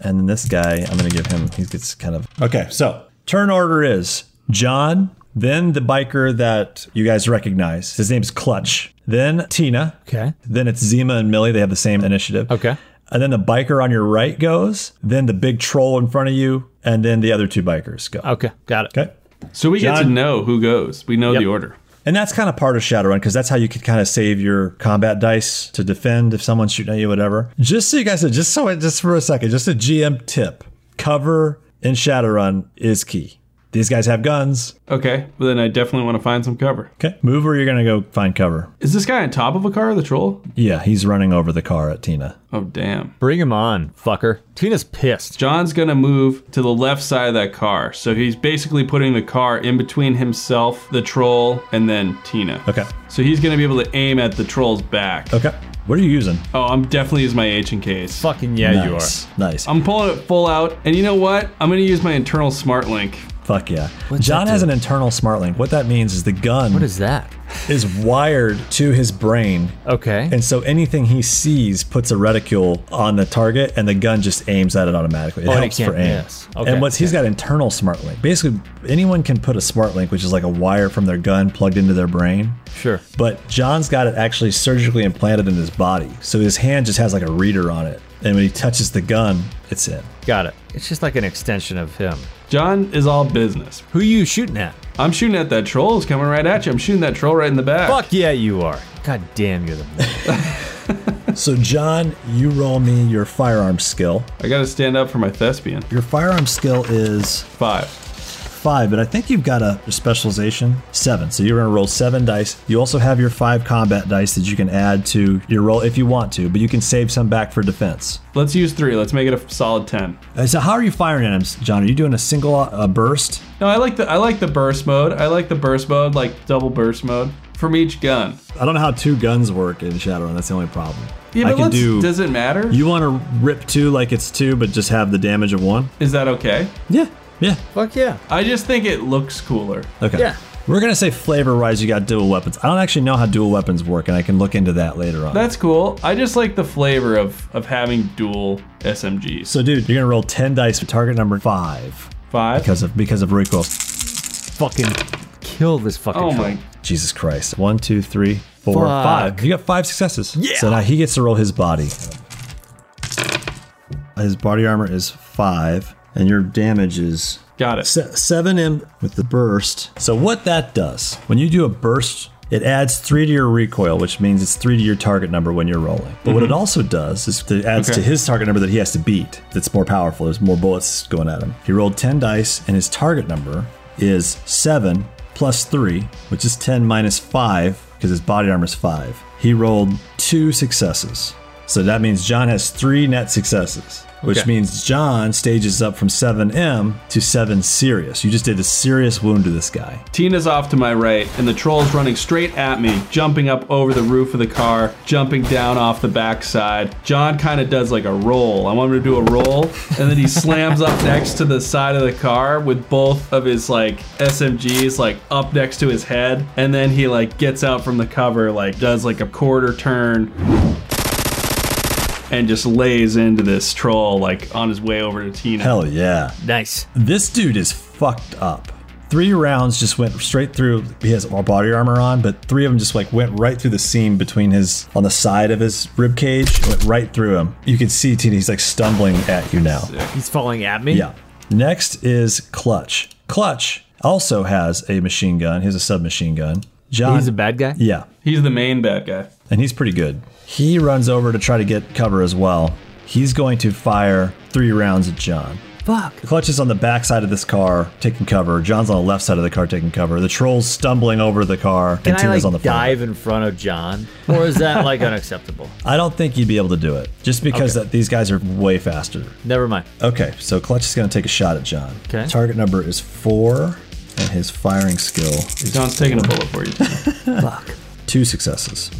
[SPEAKER 2] And then this guy, I'm going to give him, he gets kind of. Okay, so turn order is John, then the biker that you guys recognize. His name's Clutch. Then Tina.
[SPEAKER 3] Okay.
[SPEAKER 2] Then it's Zima and Millie. They have the same initiative.
[SPEAKER 3] Okay.
[SPEAKER 2] And then the biker on your right goes. Then the big troll in front of you. And then the other two bikers go.
[SPEAKER 3] Okay, got it.
[SPEAKER 2] Okay.
[SPEAKER 4] So we get to
[SPEAKER 2] John-
[SPEAKER 4] know who goes. We know the order.
[SPEAKER 2] And that's kind of part of Shadowrun because that's how you could kind of save your combat dice to defend if someone's shooting at you, whatever. Just so you guys know, just so just for a second, just a GM tip: cover in Shadowrun is key. These guys have guns.
[SPEAKER 4] Okay, well then I definitely want to find some cover.
[SPEAKER 2] Okay, move where you're gonna go find cover.
[SPEAKER 4] Is this guy on top of a car? The troll?
[SPEAKER 2] Yeah, he's running over the car at Tina.
[SPEAKER 4] Oh damn.
[SPEAKER 3] Bring him on, fucker. Tina's pissed.
[SPEAKER 4] John's gonna move to the left side of that car. So he's basically putting the car in between himself, the troll, and then Tina.
[SPEAKER 2] Okay,
[SPEAKER 4] So he's gonna be able to aim at the troll's back.
[SPEAKER 2] okay. What are you using?
[SPEAKER 4] Oh, I'm definitely using my H and K's.
[SPEAKER 3] Fucking yeah,
[SPEAKER 2] nice. you are. Um, Nice.
[SPEAKER 4] I'm pulling it full out, and you know what? I'm gonna use my internal smart link.
[SPEAKER 2] Fuck yeah. John has an internal smart link. What that means is the gun
[SPEAKER 3] What is that?
[SPEAKER 2] is wired to his brain.
[SPEAKER 3] Okay.
[SPEAKER 2] And so anything he sees puts a reticule on the target, and the gun just aims at it automatically. It
[SPEAKER 3] Oh, and it
[SPEAKER 2] helps
[SPEAKER 3] can't
[SPEAKER 2] for aim.
[SPEAKER 3] miss. Okay,
[SPEAKER 2] and what's he's got internal smart link. Basically, anyone can put a smart link, which is like a wire from their gun plugged into their brain.
[SPEAKER 3] sure.
[SPEAKER 2] But John's got it actually surgically implanted in his body, so his hand just has like a reader on it, and when he touches the gun, it's in.
[SPEAKER 3] Got it. It's just like an extension of him.
[SPEAKER 4] John is all business.
[SPEAKER 3] Who you shooting at?
[SPEAKER 4] I'm shooting at that troll. It's coming right at you. I'm shooting that troll right in the back.
[SPEAKER 3] Fuck yeah, you are. God damn, you're the
[SPEAKER 2] So John, you roll me your firearm skill.
[SPEAKER 4] I gotta stand up for my thespian.
[SPEAKER 2] Your firearm skill is
[SPEAKER 4] Five.
[SPEAKER 2] five, but I think you've got a specialization seven. So you're going to roll seven dice. You also have your five combat dice that you can add to your roll if you want to, but you can save some back for defense.
[SPEAKER 4] Let's use three. Let's make it a solid ten.
[SPEAKER 2] Uh, So how are you firing at him, John? Are you doing a single uh, burst?
[SPEAKER 4] No, I like the I like the burst mode. I like the burst mode, like double burst mode from each gun.
[SPEAKER 2] I don't know how two guns work in Shadowrun. That's the only problem. I
[SPEAKER 4] Yeah, but
[SPEAKER 2] can
[SPEAKER 4] let's,
[SPEAKER 2] do.
[SPEAKER 4] does it matter?
[SPEAKER 2] you want to rip two like it's two, but just have the damage of one?
[SPEAKER 4] is that okay?
[SPEAKER 2] Yeah. Yeah.
[SPEAKER 3] Fuck yeah.
[SPEAKER 4] I just think it looks cooler.
[SPEAKER 2] Okay.
[SPEAKER 3] Yeah.
[SPEAKER 2] We're gonna say flavor-wise, you got dual weapons. I don't actually know how dual weapons work, and I can look into that later on.
[SPEAKER 4] That's cool. I just like the flavor of of having dual SMGs.
[SPEAKER 2] so, dude, you're gonna roll ten dice for target number five
[SPEAKER 4] Five.
[SPEAKER 2] because of because of recoil.
[SPEAKER 3] Fucking kill this fucking
[SPEAKER 4] oh
[SPEAKER 3] troll.
[SPEAKER 4] my.
[SPEAKER 2] Jesus Christ! One, two, three, four,
[SPEAKER 3] Fuck.
[SPEAKER 2] five. You got five successes. Yeah. So now he gets to roll his body. His body armor is five, and your damage is
[SPEAKER 4] Got it.
[SPEAKER 2] Se- 7M with the burst. So, what that does, when you do a burst, it adds three to your recoil, which means it's three to your target number when you're rolling. But what it also does is it adds to
[SPEAKER 4] Mm-hmm. Okay.
[SPEAKER 2] his target number that he has to beat. That's more powerful. There's more bullets going at him. He rolled 10 dice, and his target number is 7 plus 3, which is 10 minus 5, because his body armor is 5. He rolled two successes. So that means John has three net successes, which
[SPEAKER 3] Okay.
[SPEAKER 2] means John stages up from 7M to 7 serious. You just did a serious wound to this guy.
[SPEAKER 4] Tina's off to my right, and the troll's running straight at me, jumping up over the roof of the car, jumping down off the backside. John kind of does like a roll. I want him to do a roll, and then he slams up next to the side of the car with both of his like SMGs like up next to his head, and then he like gets out from the cover, like does like a quarter turn. And just lays into this troll like on his way over to Tina.
[SPEAKER 2] Hell yeah.
[SPEAKER 3] Nice.
[SPEAKER 2] This dude is fucked up. Three rounds just went straight through. He has all body armor on, but three of them just like went right through the seam between his on the side of his rib cage, went right through him. You can see Tina, he's like stumbling at you now.
[SPEAKER 3] He's falling at me?
[SPEAKER 2] Yeah. Next is Clutch. Clutch also has a machine gun. He has a submachine gun. John.
[SPEAKER 3] He's a bad guy?
[SPEAKER 2] Yeah.
[SPEAKER 4] He's the main bad guy.
[SPEAKER 2] And he's pretty good. He runs over to try to get cover as well. He's going to fire three rounds at John.
[SPEAKER 3] Fuck.
[SPEAKER 2] Clutch is on the back side of this car taking cover. John's on the left side of the car taking cover. The troll's stumbling over the car.
[SPEAKER 3] Can
[SPEAKER 2] and
[SPEAKER 3] I
[SPEAKER 2] Tina's
[SPEAKER 3] like
[SPEAKER 2] on the front.
[SPEAKER 3] dive in front of John? Or is that like unacceptable?
[SPEAKER 2] I don't think you'd be able to do it just because that these guys are way faster.
[SPEAKER 3] Never mind.
[SPEAKER 2] Okay, so Clutch is going to take a shot at John.
[SPEAKER 3] Okay.
[SPEAKER 2] Target number is four, and his firing skill is
[SPEAKER 4] John's taking a bullet for you.
[SPEAKER 2] two successes.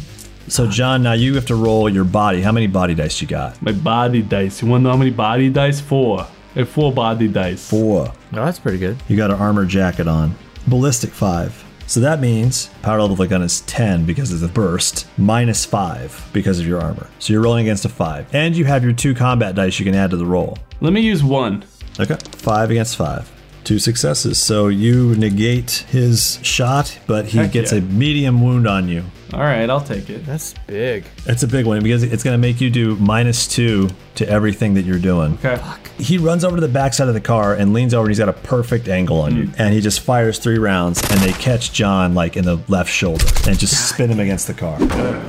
[SPEAKER 2] So John, now you have to roll your body. How many body dice you got?
[SPEAKER 4] My body dice. You want to know how many body dice? Four. I have four body dice.
[SPEAKER 2] Four.
[SPEAKER 3] Well, that's pretty good.
[SPEAKER 2] You got an armor jacket on. Ballistic five. So that means power level of the gun is 10 because of the burst, minus 5 because of your armor. So you're rolling against a 5. And you have your two combat dice you can add to the roll.
[SPEAKER 4] Let me use one.
[SPEAKER 2] Okay. Five against five. Two successes. So you negate his shot, but he
[SPEAKER 4] Heck
[SPEAKER 2] gets
[SPEAKER 4] yeah.
[SPEAKER 2] a medium wound on you.
[SPEAKER 4] All right, I'll take it.
[SPEAKER 3] That's big.
[SPEAKER 2] It's a big one because it's going to make you do minus two to everything that you're doing.
[SPEAKER 4] Okay.
[SPEAKER 2] He runs over to the backside of the car and leans over, and he's got a perfect angle on
[SPEAKER 3] Hmm.
[SPEAKER 2] you. And he just fires three rounds, and they catch John like in the left shoulder and just spin him against the car.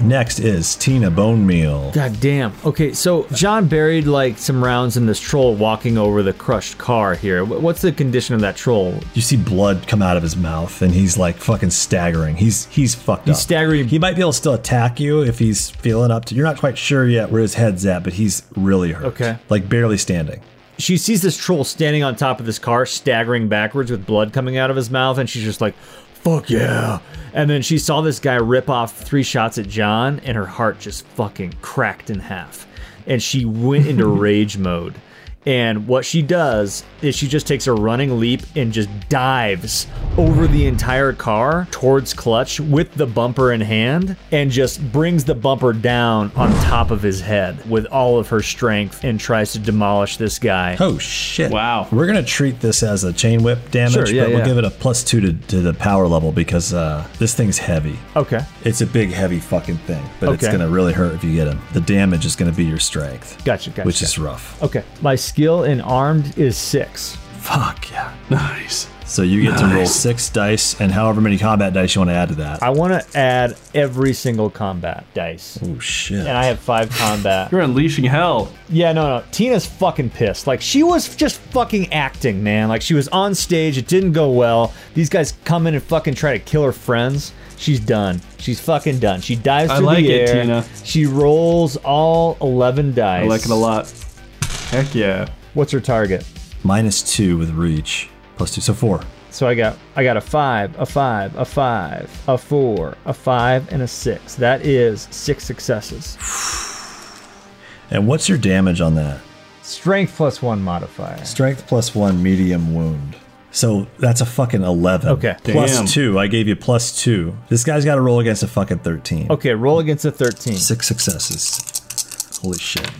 [SPEAKER 2] Next is Tina Bone Meal.
[SPEAKER 3] God damn. Okay, so John buried like some rounds in this troll walking over the crushed car here. Wh- What's the condition of that troll?
[SPEAKER 2] You see blood come out of his mouth, and he's like fucking staggering. He's he's fucked up.
[SPEAKER 3] He's staggering.
[SPEAKER 2] He might be able to still attack you if he's feeling up to. You're not quite sure yet where his head's at, but he's really hurt.
[SPEAKER 3] Okay.
[SPEAKER 2] like barely standing.
[SPEAKER 3] She sees this troll standing on top of this car, staggering backwards with blood coming out of his mouth, and she's just like,
[SPEAKER 1] fuck yeah. And then she saw this guy rip off three shots at John, and her heart just fucking cracked in half. And she went into rage mode. And what she does is she just takes a running leap and just dives over the entire car towards Clutch with the bumper in hand and just brings the bumper down on top of his head with all of her strength and tries to demolish this guy.
[SPEAKER 2] Oh shit!
[SPEAKER 4] Wow.
[SPEAKER 2] We're gonna treat this as a chain whip damage,
[SPEAKER 1] Sure, yeah,
[SPEAKER 2] but we'll
[SPEAKER 1] yeah.
[SPEAKER 2] give it a plus two to, to the power level because uh, this thing's heavy.
[SPEAKER 1] Okay.
[SPEAKER 2] It's a big, heavy fucking thing, but it's
[SPEAKER 1] Okay.
[SPEAKER 2] gonna really hurt if you get him. The damage is gonna be your strength,
[SPEAKER 1] Gotcha, gotcha.
[SPEAKER 2] which is rough.
[SPEAKER 1] Okay. My skill in armed is six.
[SPEAKER 2] Fuck yeah!
[SPEAKER 4] Nice.
[SPEAKER 2] So you get to roll six dice and however many combat dice you want to add to that.
[SPEAKER 1] I want to add every single combat dice.
[SPEAKER 2] oh shit!
[SPEAKER 1] And I have five combat.
[SPEAKER 4] You're unleashing hell.
[SPEAKER 1] Yeah, no, no. Tina's fucking pissed. Like, she was just fucking acting, man. Like, she was on stage. It didn't go well. These guys come in and fucking try to kill her friends. She's done. She's fucking done. She dives
[SPEAKER 4] I
[SPEAKER 1] through
[SPEAKER 4] like
[SPEAKER 1] the
[SPEAKER 4] it,
[SPEAKER 1] air.
[SPEAKER 4] Tina.
[SPEAKER 1] She rolls all 11 dice.
[SPEAKER 4] I like it a lot. Heck yeah.
[SPEAKER 1] What's her target?
[SPEAKER 2] Minus two with reach, plus two, so four.
[SPEAKER 1] So I got I got a five, a five, a five, a four, a five, and a six. That is six successes.
[SPEAKER 2] And what's your damage on that?
[SPEAKER 1] Strength plus one modifier.
[SPEAKER 2] Strength plus one, medium wound. So that's a fucking 11.
[SPEAKER 1] Okay.
[SPEAKER 2] Plus
[SPEAKER 4] Damn.
[SPEAKER 2] two. I gave you plus two. This guy's got to roll against a fucking 13.
[SPEAKER 1] Okay, roll against a thirteen.
[SPEAKER 2] Six successes. Holy shit.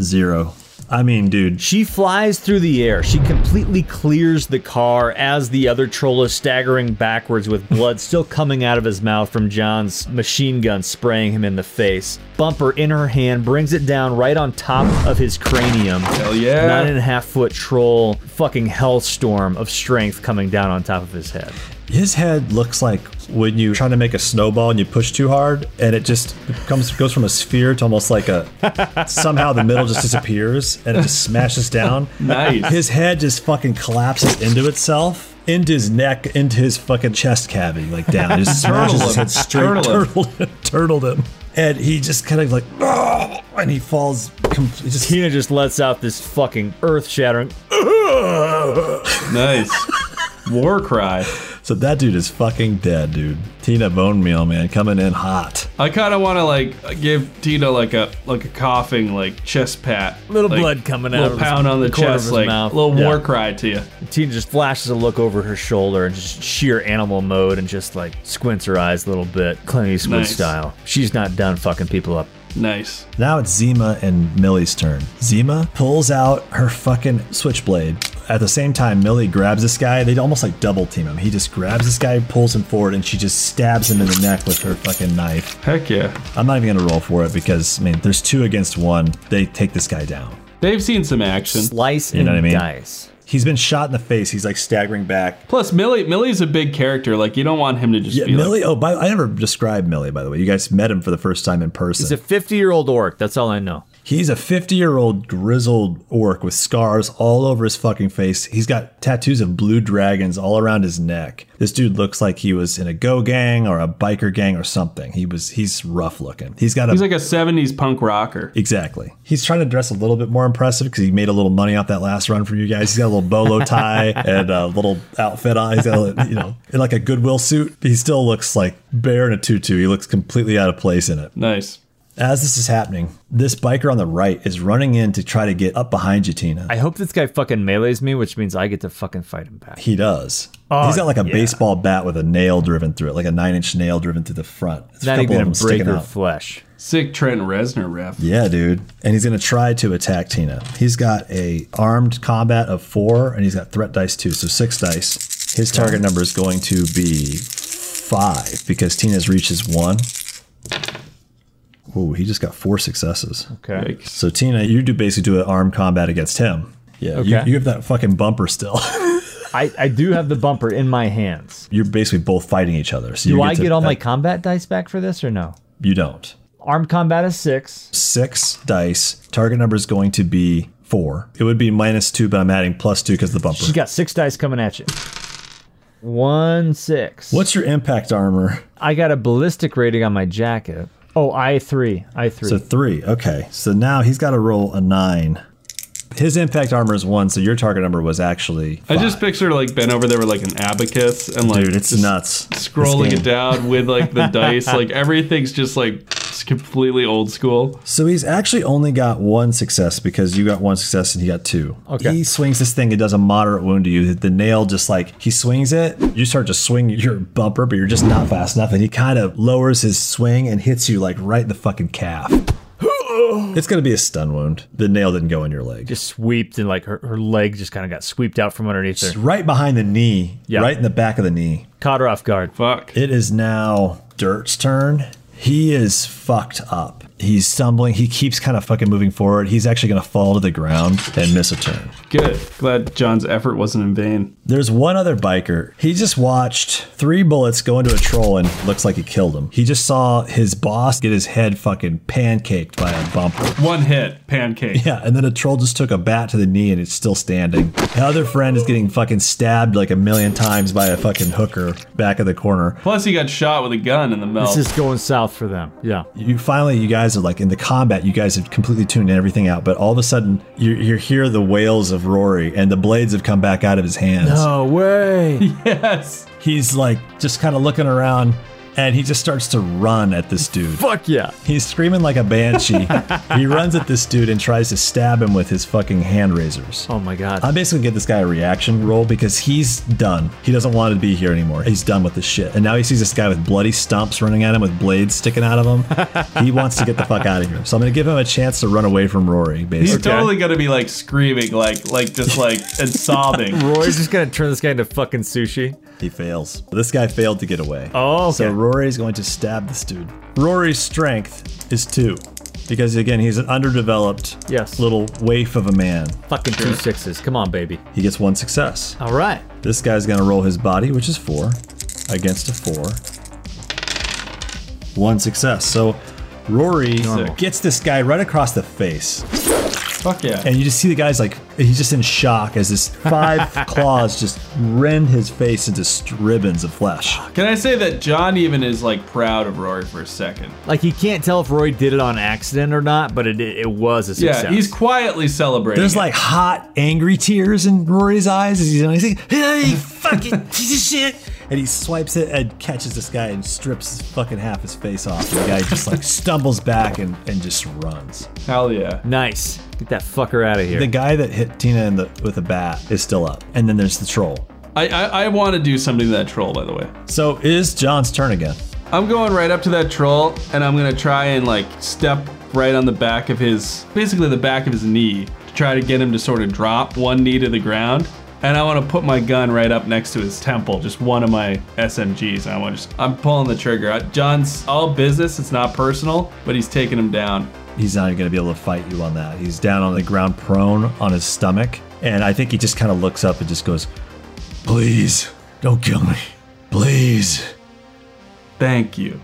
[SPEAKER 2] Zero. I mean, dude.
[SPEAKER 1] She flies through the air. She completely clears the car as the other troll is staggering backwards with blood still coming out of his mouth from John's machine gun spraying him in the face. Bumper in her hand brings it down right on top of his cranium. Hell
[SPEAKER 4] yeah.
[SPEAKER 1] Nine and a half foot troll fucking hellstorm of strength coming down on top of his head.
[SPEAKER 2] His head looks like when you try to make a snowball and you push too hard, and it just comes goes from a sphere to almost like a somehow the middle just disappears and it just smashes down.
[SPEAKER 4] Nice.
[SPEAKER 2] His head just fucking collapses into itself, into his neck, into his fucking chest cavity, like down. It just smashes his head
[SPEAKER 4] Turtle him.
[SPEAKER 2] straight,
[SPEAKER 4] Turtle him.
[SPEAKER 2] turtled, turtled him, and he just kind of like, "Oh," and he falls. Completely, just
[SPEAKER 1] Tina just lets out this fucking earth shattering.
[SPEAKER 4] Nice. War cry.
[SPEAKER 2] so that dude is fucking dead, dude. Tina Bone Meal, man, coming in hot.
[SPEAKER 4] I kind of want to like give Tina like a like a coughing like chest pat,
[SPEAKER 1] Little
[SPEAKER 4] Like,
[SPEAKER 1] blood coming out
[SPEAKER 4] little
[SPEAKER 1] of his-
[SPEAKER 4] pound on the,
[SPEAKER 1] the corner of
[SPEAKER 4] chest,
[SPEAKER 1] his
[SPEAKER 4] like
[SPEAKER 1] mouth.
[SPEAKER 4] little
[SPEAKER 1] Yeah.
[SPEAKER 4] war cry to you.
[SPEAKER 1] Tina just flashes a look over her shoulder and just sheer animal mode and just like squints her eyes a little bit, Clint Eastwood
[SPEAKER 4] Nice.
[SPEAKER 1] style. She's not done fucking people up.
[SPEAKER 4] Nice.
[SPEAKER 2] Now it's Zima and Millie's turn. Zima pulls out her fucking switchblade. At the same time, Millie grabs this guy. They almost like double team him. He just grabs this guy, pulls him forward, and she just stabs him in the neck with her fucking knife.
[SPEAKER 4] Heck yeah.
[SPEAKER 2] I'm not even gonna roll for it because I mean, there's two against one. They take this guy down.
[SPEAKER 4] They've seen some action.
[SPEAKER 1] Slice
[SPEAKER 2] know
[SPEAKER 1] and
[SPEAKER 2] what I mean?
[SPEAKER 1] dice.
[SPEAKER 2] He's been shot in the face. He's like staggering back.
[SPEAKER 4] Plus, Millie Millie's a big character. Like you don't want him to just
[SPEAKER 2] Yeah,
[SPEAKER 4] be like,
[SPEAKER 2] Millie. Oh, by, I never described Millie. By the way, you guys met him for the first time in person.
[SPEAKER 1] It's a 50 year old orc. That's all I know.
[SPEAKER 2] He's a 50 year old grizzled orc with scars all over his fucking face. He's got tattoos of blue dragons all around his neck. This dude looks like he was in a go gang or a biker gang or something. He was he's rough looking. He's got a
[SPEAKER 4] he's like a '70s punk rocker.
[SPEAKER 2] Exactly. He's trying to dress a little bit more impressive because he made a little money off that last run from you guys. He's got a little bolo tie and a little outfit on. He's got, a, you know, and like a Goodwill suit. He still looks like bare in a tutu. He looks completely out of place in it.
[SPEAKER 4] Nice.
[SPEAKER 2] As this is happening, this biker on the right is running in to try to get up behind you, Tina.
[SPEAKER 1] I hope this guy fucking melees me, which means I get to fucking fight him back.
[SPEAKER 2] he does.
[SPEAKER 1] Oh,
[SPEAKER 2] He's got like a baseball bat with a nail driven through it, like a nine inch nail driven through the front. It's
[SPEAKER 1] Not even a break
[SPEAKER 2] sticking
[SPEAKER 1] her
[SPEAKER 2] out.
[SPEAKER 1] flesh.
[SPEAKER 4] Sick Trent Reznor ref.
[SPEAKER 2] Yeah, dude. And he's gonna try to attack Tina. He's got a armed combat of four, and he's got threat dice too, so six dice. His target number is going to be five because Tina's reach is one. Ooh, he just got four successes.
[SPEAKER 1] Okay.
[SPEAKER 2] So Tina, you do basically do an armed combat against him. Yeah. You,
[SPEAKER 1] Okay.
[SPEAKER 2] you have that fucking bumper still.
[SPEAKER 1] I, I do have the bumper in my hands.
[SPEAKER 2] You're basically both fighting each other. So
[SPEAKER 1] Do
[SPEAKER 2] you
[SPEAKER 1] I
[SPEAKER 2] to-
[SPEAKER 1] get all my
[SPEAKER 2] uh,
[SPEAKER 1] combat dice back for this or no?
[SPEAKER 2] You don't.
[SPEAKER 1] Armed combat is six.
[SPEAKER 2] Six dice. Target number is going to be four. It would be minus two, but I'm adding plus two because of the bumper.
[SPEAKER 1] She's got six dice coming at you. One six.
[SPEAKER 2] What's your impact armor?
[SPEAKER 1] I got a ballistic rating on my jacket. Oh, I three, I three.
[SPEAKER 2] So three. Okay. So now he's got to roll a nine. his impact armor is one, so your target number was actually.
[SPEAKER 4] I just picture like bent over there with like an abacus and like
[SPEAKER 2] Dude, it's
[SPEAKER 4] just
[SPEAKER 2] nuts.
[SPEAKER 4] scrolling
[SPEAKER 2] This
[SPEAKER 4] it
[SPEAKER 2] game.
[SPEAKER 4] down with like the dice. Like everything's just like s- completely old school.
[SPEAKER 2] So he's actually only got one success because you got one success and he got two. Okay. He swings this thing, it does a moderate wound to you. The nail just like he swings it, you start to swing your bumper, but you're just not fast enough. And he kind of lowers his swing and hits you like right in the fucking calf. It's gonna be a stun wound. The nail didn't go in your leg.
[SPEAKER 3] Just sweeped and like her, her leg just kind of got sweeped out from underneath her.
[SPEAKER 2] right behind the knee,
[SPEAKER 3] Yeah.
[SPEAKER 2] right in the back of the knee.
[SPEAKER 3] Caught her off guard.
[SPEAKER 4] Fuck.
[SPEAKER 2] It is now Dirt's turn. He is fucked up. He's stumbling. He keeps kind of fucking moving forward. He's actually going to fall to the ground and miss a turn.
[SPEAKER 4] Good. Glad John's effort wasn't in vain.
[SPEAKER 2] There's one other biker. He just watched three bullets go into a troll and looks like he killed him. He just saw his boss get his head fucking pancaked by a bumper.
[SPEAKER 4] One hit, pancake.
[SPEAKER 2] Yeah, and then a troll just took a bat to the knee and it's still standing. The other friend is getting fucking stabbed like a million times by a fucking hooker back of the corner.
[SPEAKER 4] Plus, he got shot with a gun in the mouth.
[SPEAKER 3] This is going south for them. Yeah.
[SPEAKER 2] you finally you guys are like in the combat you guys have completely tuned everything out but all of a sudden you, you hear the wails of rory and the blades have come back out of his hands
[SPEAKER 3] No way.
[SPEAKER 4] yes.
[SPEAKER 2] he's like just kind of looking around and he just starts to run at this dude
[SPEAKER 3] Fuck yeah.
[SPEAKER 2] he's screaming like a banshee he runs at this dude and tries to stab him with his fucking hand razors
[SPEAKER 3] Oh my god.
[SPEAKER 2] I'm basically gonna give this guy a reaction roll because he's done. He doesn't want to be here anymore. He's done with this shit. And now he sees this guy with bloody stumps running at him with blades sticking out of him. he wants to get the fuck out of here. So I'm gonna give him a chance to run away from Rory,
[SPEAKER 4] He's
[SPEAKER 2] basically.
[SPEAKER 4] totally gonna be like screaming, like like just like and sobbing.
[SPEAKER 3] Roy's just gonna turn this guy into fucking sushi.
[SPEAKER 2] He fails. This guy failed to get away.
[SPEAKER 3] Oh, okay.
[SPEAKER 2] So Rory's going to stab this dude. Rory's strength is two. Because again, he's an underdeveloped
[SPEAKER 3] Yes.
[SPEAKER 2] little waif of a man.
[SPEAKER 3] Fucking two sixes. Come on, baby.
[SPEAKER 2] He gets one success.
[SPEAKER 3] All right.
[SPEAKER 2] This guy's gonna roll his body, which is four, against a four. One success. So Rory gets this guy right across the face.
[SPEAKER 4] Fuck yeah.
[SPEAKER 2] And you just see the guy's like, he's just in shock as this five claws just rend his face into st- ribbons of flesh.
[SPEAKER 4] Can I say that John even is like proud of Rory for a second?
[SPEAKER 3] Like he can't tell if Roy did it on accident or not, but it it was a
[SPEAKER 4] Yeah,
[SPEAKER 3] success.
[SPEAKER 4] he's quietly celebrating.
[SPEAKER 2] There's
[SPEAKER 4] it.
[SPEAKER 2] like hot, angry tears in Rory's eyes as he's on. He's like, "Hey, fucking piece of shit!" And he swipes it and catches this guy and strips his fucking half his face off. And the guy just like stumbles back and, and just runs.
[SPEAKER 4] hell yeah.
[SPEAKER 3] nice. Get that fucker out of here.
[SPEAKER 2] The guy that hit Tina in the, with a bat is still up, and then there's the troll.
[SPEAKER 4] I I, I want to do something to that troll, by the way.
[SPEAKER 2] So it is John's turn again.
[SPEAKER 4] I'm going right up to that troll and I'm gonna try and like step right on the back of his basically the back of his knee to try to get him to sort of drop one knee to the ground. And I wanna put my gun right up next to his temple, just one of my SMGs. And I wanna just I'm pulling the trigger. I- John's all business, it's not personal, but he's taking him down.
[SPEAKER 2] He's not even gonna be able to fight you on that. He's down on the ground, prone on his stomach, and I think he just kind of looks up and just goes, "Please, don't kill me, please."
[SPEAKER 4] Thank you.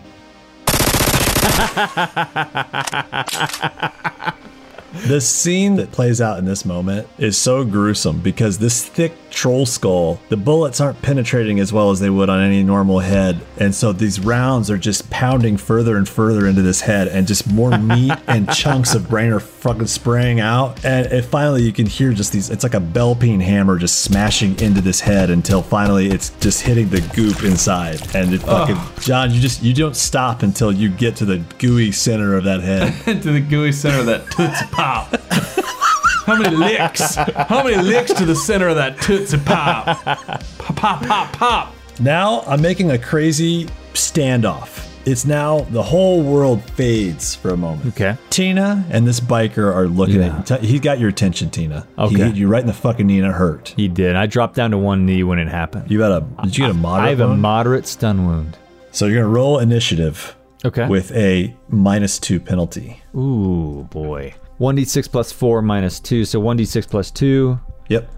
[SPEAKER 2] The scene that plays out in this moment is so gruesome because this thick troll skull, the bullets aren't penetrating as well as they would on any normal head. And so these rounds are just pounding further and further into this head, and just more meat and chunks of brain are fucking spraying out. And it finally, you can hear just these, it's like a bell peen hammer just smashing into this head until finally it's just hitting the goop inside. And it fucking, John, you just, you don't stop until you get to the gooey center of that head.
[SPEAKER 4] Into the gooey center of that Tootsie Pop. How many licks? How many licks to the center of that Tootsie Pop? Pop, pop, pop, pop.
[SPEAKER 2] Now I'm making a crazy standoff. It's now the whole world fades for a moment.
[SPEAKER 3] Okay.
[SPEAKER 2] Tina and this biker are looking at you. T- He got your attention, Tina. He
[SPEAKER 3] Okay.
[SPEAKER 2] hit you right in the fucking knee and it hurt.
[SPEAKER 3] he did. I dropped down to one knee when it happened.
[SPEAKER 2] You got a did you get a
[SPEAKER 3] I have
[SPEAKER 2] moderate?
[SPEAKER 3] a
[SPEAKER 2] wound?
[SPEAKER 3] moderate stun wound.
[SPEAKER 2] so you're gonna roll initiative
[SPEAKER 3] Okay.
[SPEAKER 2] with a minus two penalty.
[SPEAKER 3] Ooh boy. One d six plus four minus two, so one d six plus two.
[SPEAKER 2] Yep.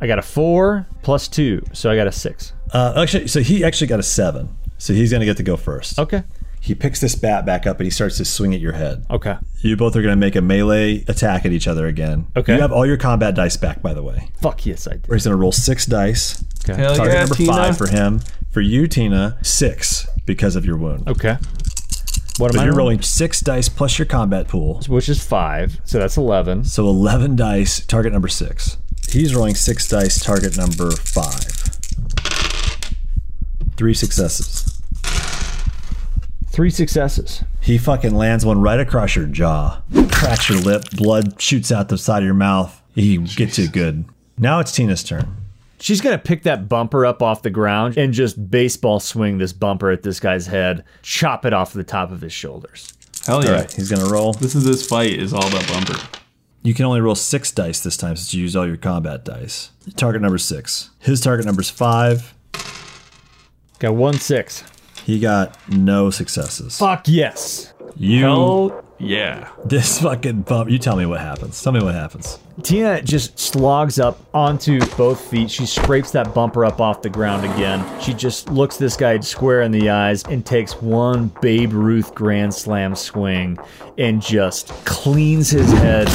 [SPEAKER 3] I got a four plus two, so I got a six.
[SPEAKER 2] Uh, actually, so he actually got a seven. So he's gonna get to go first.
[SPEAKER 3] Okay.
[SPEAKER 2] He picks this bat back up and he starts to swing at your head.
[SPEAKER 3] Okay.
[SPEAKER 2] You both are gonna make a melee attack at each other again.
[SPEAKER 3] Okay.
[SPEAKER 2] You have all your combat dice back, by the way.
[SPEAKER 3] Fuck yes, I did.
[SPEAKER 2] He's gonna roll six dice.
[SPEAKER 4] Hell
[SPEAKER 2] Target
[SPEAKER 4] yeah,
[SPEAKER 2] number
[SPEAKER 4] Tina.
[SPEAKER 2] five for him. For you, Tina, six because of your wound.
[SPEAKER 3] Okay.
[SPEAKER 1] What am
[SPEAKER 2] So
[SPEAKER 1] I
[SPEAKER 2] you're
[SPEAKER 1] rolling?
[SPEAKER 2] rolling six dice plus your combat pool.
[SPEAKER 1] Which is five, so that's eleven.
[SPEAKER 2] So 11 dice, target number six. He's rolling six dice, target number five. Three successes.
[SPEAKER 1] Three successes.
[SPEAKER 2] He fucking lands one right across your jaw, cracks your lip, blood shoots out the side of your mouth. He gets you good. Now it's Tina's turn.
[SPEAKER 1] She's gonna pick that bumper up off the ground and just baseball swing this bumper at this guy's head, chop it off the top of his shoulders.
[SPEAKER 4] Hell yeah.
[SPEAKER 2] All right, he's gonna roll.
[SPEAKER 4] This is this fight is all about bumper.
[SPEAKER 2] You can only roll six dice this time since you used all your combat dice. Target number six. His target number's five.
[SPEAKER 1] Got one six.
[SPEAKER 2] He got no successes.
[SPEAKER 1] Fuck yes.
[SPEAKER 2] You
[SPEAKER 4] Yeah.
[SPEAKER 2] this fucking bump. You tell me what happens. Tell me what happens.
[SPEAKER 1] Tina just slogs up onto both feet. She scrapes that bumper up off the ground again. She just looks this guy square in the eyes and takes one Babe Ruth Grand Slam swing and just cleans his head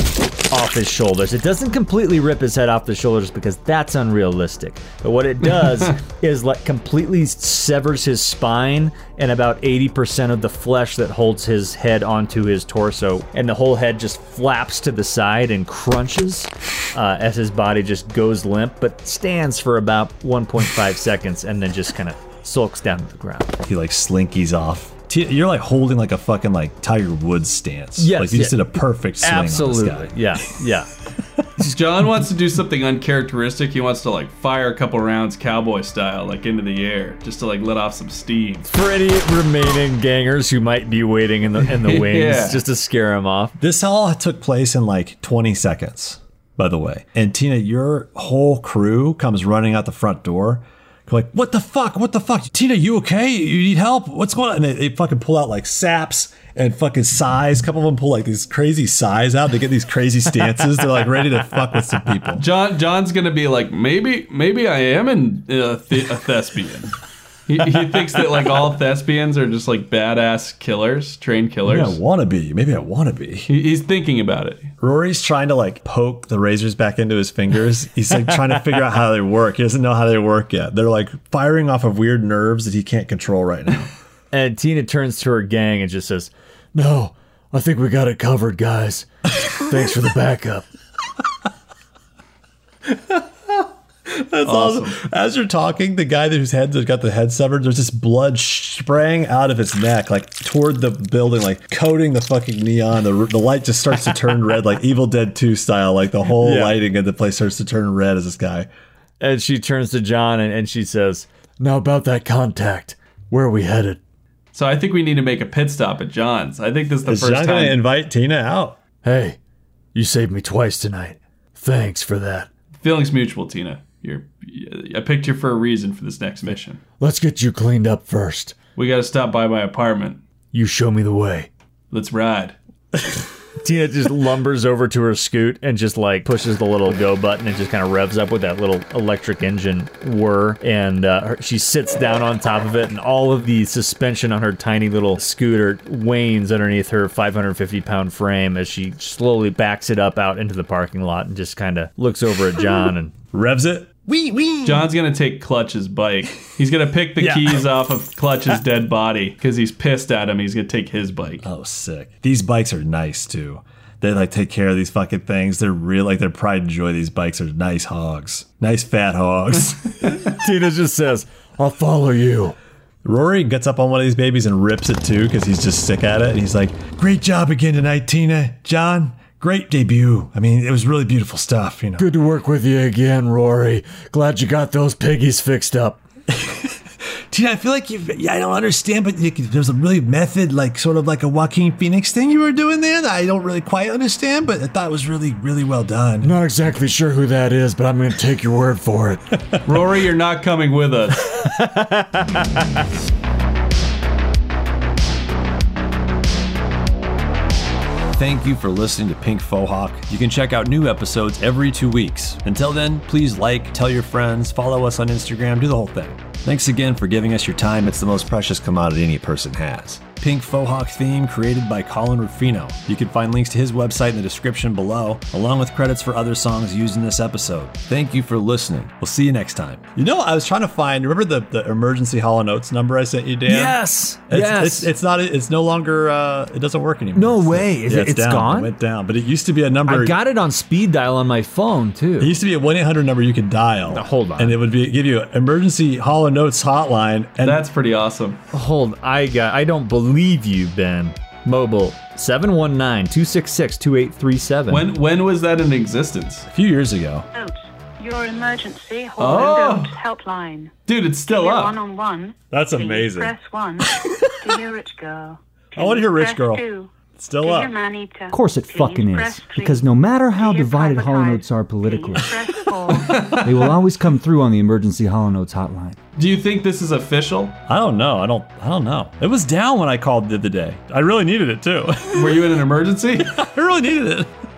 [SPEAKER 1] off his shoulders. It doesn't completely rip his head off the shoulders because that's unrealistic. But what it does is like completely severs his spine and about 80% of the flesh that holds his head onto his torso. And the whole head just flaps to the side and crunches uh, as his body just goes limp, but stands for about 1.5 seconds and then just kind of sulks down to the ground.
[SPEAKER 2] He like slinkies off. T- You're like holding like a fucking like Tiger Woods stance.
[SPEAKER 1] Yes,
[SPEAKER 2] like you just
[SPEAKER 1] yeah.
[SPEAKER 2] did a perfect swing on this guy.
[SPEAKER 1] Yeah, yeah.
[SPEAKER 4] John wants to do something uncharacteristic. He wants to like fire a couple rounds cowboy style, like into the air, just to like let off some steam.
[SPEAKER 1] For any remaining gangers who might be waiting in the in the wings
[SPEAKER 4] Yeah.
[SPEAKER 1] just to scare him off.
[SPEAKER 2] This all took place in like 20 seconds, by the way. And Tina, your whole crew comes running out the front door. They're Like, what the fuck? What the fuck? Tina, you okay? You need help? What's going on? And they, they fucking pull out like saps and fucking sighs. A couple of them pull like these crazy sighs out. They get these crazy stances. They're like ready to fuck with some people.
[SPEAKER 4] John John's gonna be like, maybe maybe I am an, uh, th- a thespian. he, he thinks that like all thespians are just like badass killers, trained
[SPEAKER 2] Maybe I
[SPEAKER 4] killers.
[SPEAKER 2] want to be. Maybe I want to be.
[SPEAKER 4] He, he's thinking about it.
[SPEAKER 2] Rory's trying to like poke the razors back into his fingers. He's like trying to figure out how they work. He doesn't know how they work yet. They're like firing off of weird nerves that he can't control right now.
[SPEAKER 1] And Tina turns to her gang and just says,
[SPEAKER 7] No, I think we got it covered, guys. Thanks for the backup.
[SPEAKER 2] That's awesome. As you're talking, the guy whose head has got the head severed, there's just blood spraying out of his neck, like toward the building, like coating the fucking neon. The, the light just starts to turn red, like Evil Dead 2 style. Like the whole lighting of the place starts to turn red as this guy.
[SPEAKER 1] and she turns to John and, and she says,
[SPEAKER 7] Now, about that contact, where are we headed?
[SPEAKER 4] So I think we need to make a pit stop at John's. I think this is the
[SPEAKER 2] Is
[SPEAKER 4] first
[SPEAKER 2] John going
[SPEAKER 4] time.
[SPEAKER 2] to invite Tina out?
[SPEAKER 7] Hey, you saved me twice tonight. Thanks for that.
[SPEAKER 4] Feelings mutual, Tina. You're I picked you for a reason for this next mission.
[SPEAKER 7] Let's get you cleaned up first.
[SPEAKER 4] We got to stop by my apartment.
[SPEAKER 7] You show me the way.
[SPEAKER 4] Let's ride.
[SPEAKER 1] Tina just lumbers over to her scoot and just like pushes the little go button and just kind of revs up with that little electric engine whir. And uh, her, she sits down on top of it, and all of the suspension on her tiny little scooter wanes underneath her 550 pound frame as she slowly backs it up out into the parking lot and just kind of looks over at John and
[SPEAKER 2] Revs it. Wee, wee.
[SPEAKER 4] John's gonna take Clutch's bike. He's gonna pick the keys off of Clutch's dead body because he's pissed at him. He's gonna take his bike.
[SPEAKER 2] Oh, sick. These bikes are nice too. They like take care of these fucking things. They're real, like their pride and joy. These bikes are nice hogs, nice fat hogs.
[SPEAKER 1] Tina just says,
[SPEAKER 7] I'll follow you.
[SPEAKER 2] Rory gets up on one of these babies and rips it too because he's just sick at it. And he's like, "Great job again tonight, Tina, John. Great debut. I mean, it was really beautiful stuff. You know,
[SPEAKER 7] Good to work with you again, Rory. Glad you got those piggies fixed up.
[SPEAKER 2] Tina. I feel like you. Yeah, I don't understand, but you, there's a really method, like sort of like a Joaquin Phoenix thing you were doing there. That I don't really quite understand, but I thought it was really, really well done.
[SPEAKER 7] Not exactly sure who that is, but I'm going to take your word for it.
[SPEAKER 4] Rory, you're not coming with us.
[SPEAKER 2] Thank you for listening to Pink Fohawk. You can check out new episodes every two weeks. Until then, please like, tell your friends, follow us on Instagram, do the whole thing. Thanks again for giving us your time. It's the most precious commodity any person has. Pink Fohawk theme created by Colin Ruffino. You can find links to his website in the description below, along with credits for other songs used in this episode. Thank you for listening. We'll see you next time. You know, I was trying to find. Remember the, the emergency Hollow Notes number I sent you, Dan?
[SPEAKER 1] Yes.
[SPEAKER 2] It's,
[SPEAKER 1] yes.
[SPEAKER 2] It's, it's not. It's no longer. Uh, it doesn't work anymore.
[SPEAKER 1] No
[SPEAKER 2] It's-
[SPEAKER 1] way. Is
[SPEAKER 2] it's
[SPEAKER 1] it- it's
[SPEAKER 2] down.
[SPEAKER 1] gone?
[SPEAKER 2] It went down. But it used to be a number.
[SPEAKER 1] I got it on speed dial on my phone too.
[SPEAKER 2] It used to be a one eight hundred number you could dial.
[SPEAKER 1] hold on.
[SPEAKER 2] and it would be give you emergency Hollow Notes hotline. And
[SPEAKER 4] That's pretty awesome.
[SPEAKER 1] Hold, I got I don't believe you, Ben. Mobile 719-266-2837.
[SPEAKER 4] When when was that in existence?
[SPEAKER 2] a few years ago,
[SPEAKER 8] Note, your emergency hold
[SPEAKER 1] Oh!
[SPEAKER 8] and note helpline.
[SPEAKER 4] Dude, it's still up.
[SPEAKER 8] One on one.
[SPEAKER 2] that's
[SPEAKER 8] Please
[SPEAKER 2] amazing.
[SPEAKER 8] Press one to hear rich girl.
[SPEAKER 2] I want to hear Rich
[SPEAKER 8] Press
[SPEAKER 2] Girl.
[SPEAKER 8] Two.
[SPEAKER 2] It's still
[SPEAKER 8] to
[SPEAKER 2] up.
[SPEAKER 8] hear Maneater.
[SPEAKER 7] Of course it
[SPEAKER 8] Please
[SPEAKER 7] fucking
[SPEAKER 8] press
[SPEAKER 7] is.
[SPEAKER 8] three.
[SPEAKER 7] Because no matter
[SPEAKER 8] To
[SPEAKER 7] how
[SPEAKER 8] hear
[SPEAKER 7] divided
[SPEAKER 8] Papa
[SPEAKER 7] Hollow
[SPEAKER 8] Kai.
[SPEAKER 7] Notes are politically,
[SPEAKER 8] Please press four.
[SPEAKER 7] they will always come through on the emergency Hollow Notes hotline.
[SPEAKER 4] Do you think this is official?
[SPEAKER 2] I don't know. I don't. I don't know. It was down when I called the other day. I really needed it too.
[SPEAKER 4] Were you in an emergency?
[SPEAKER 2] I really needed it.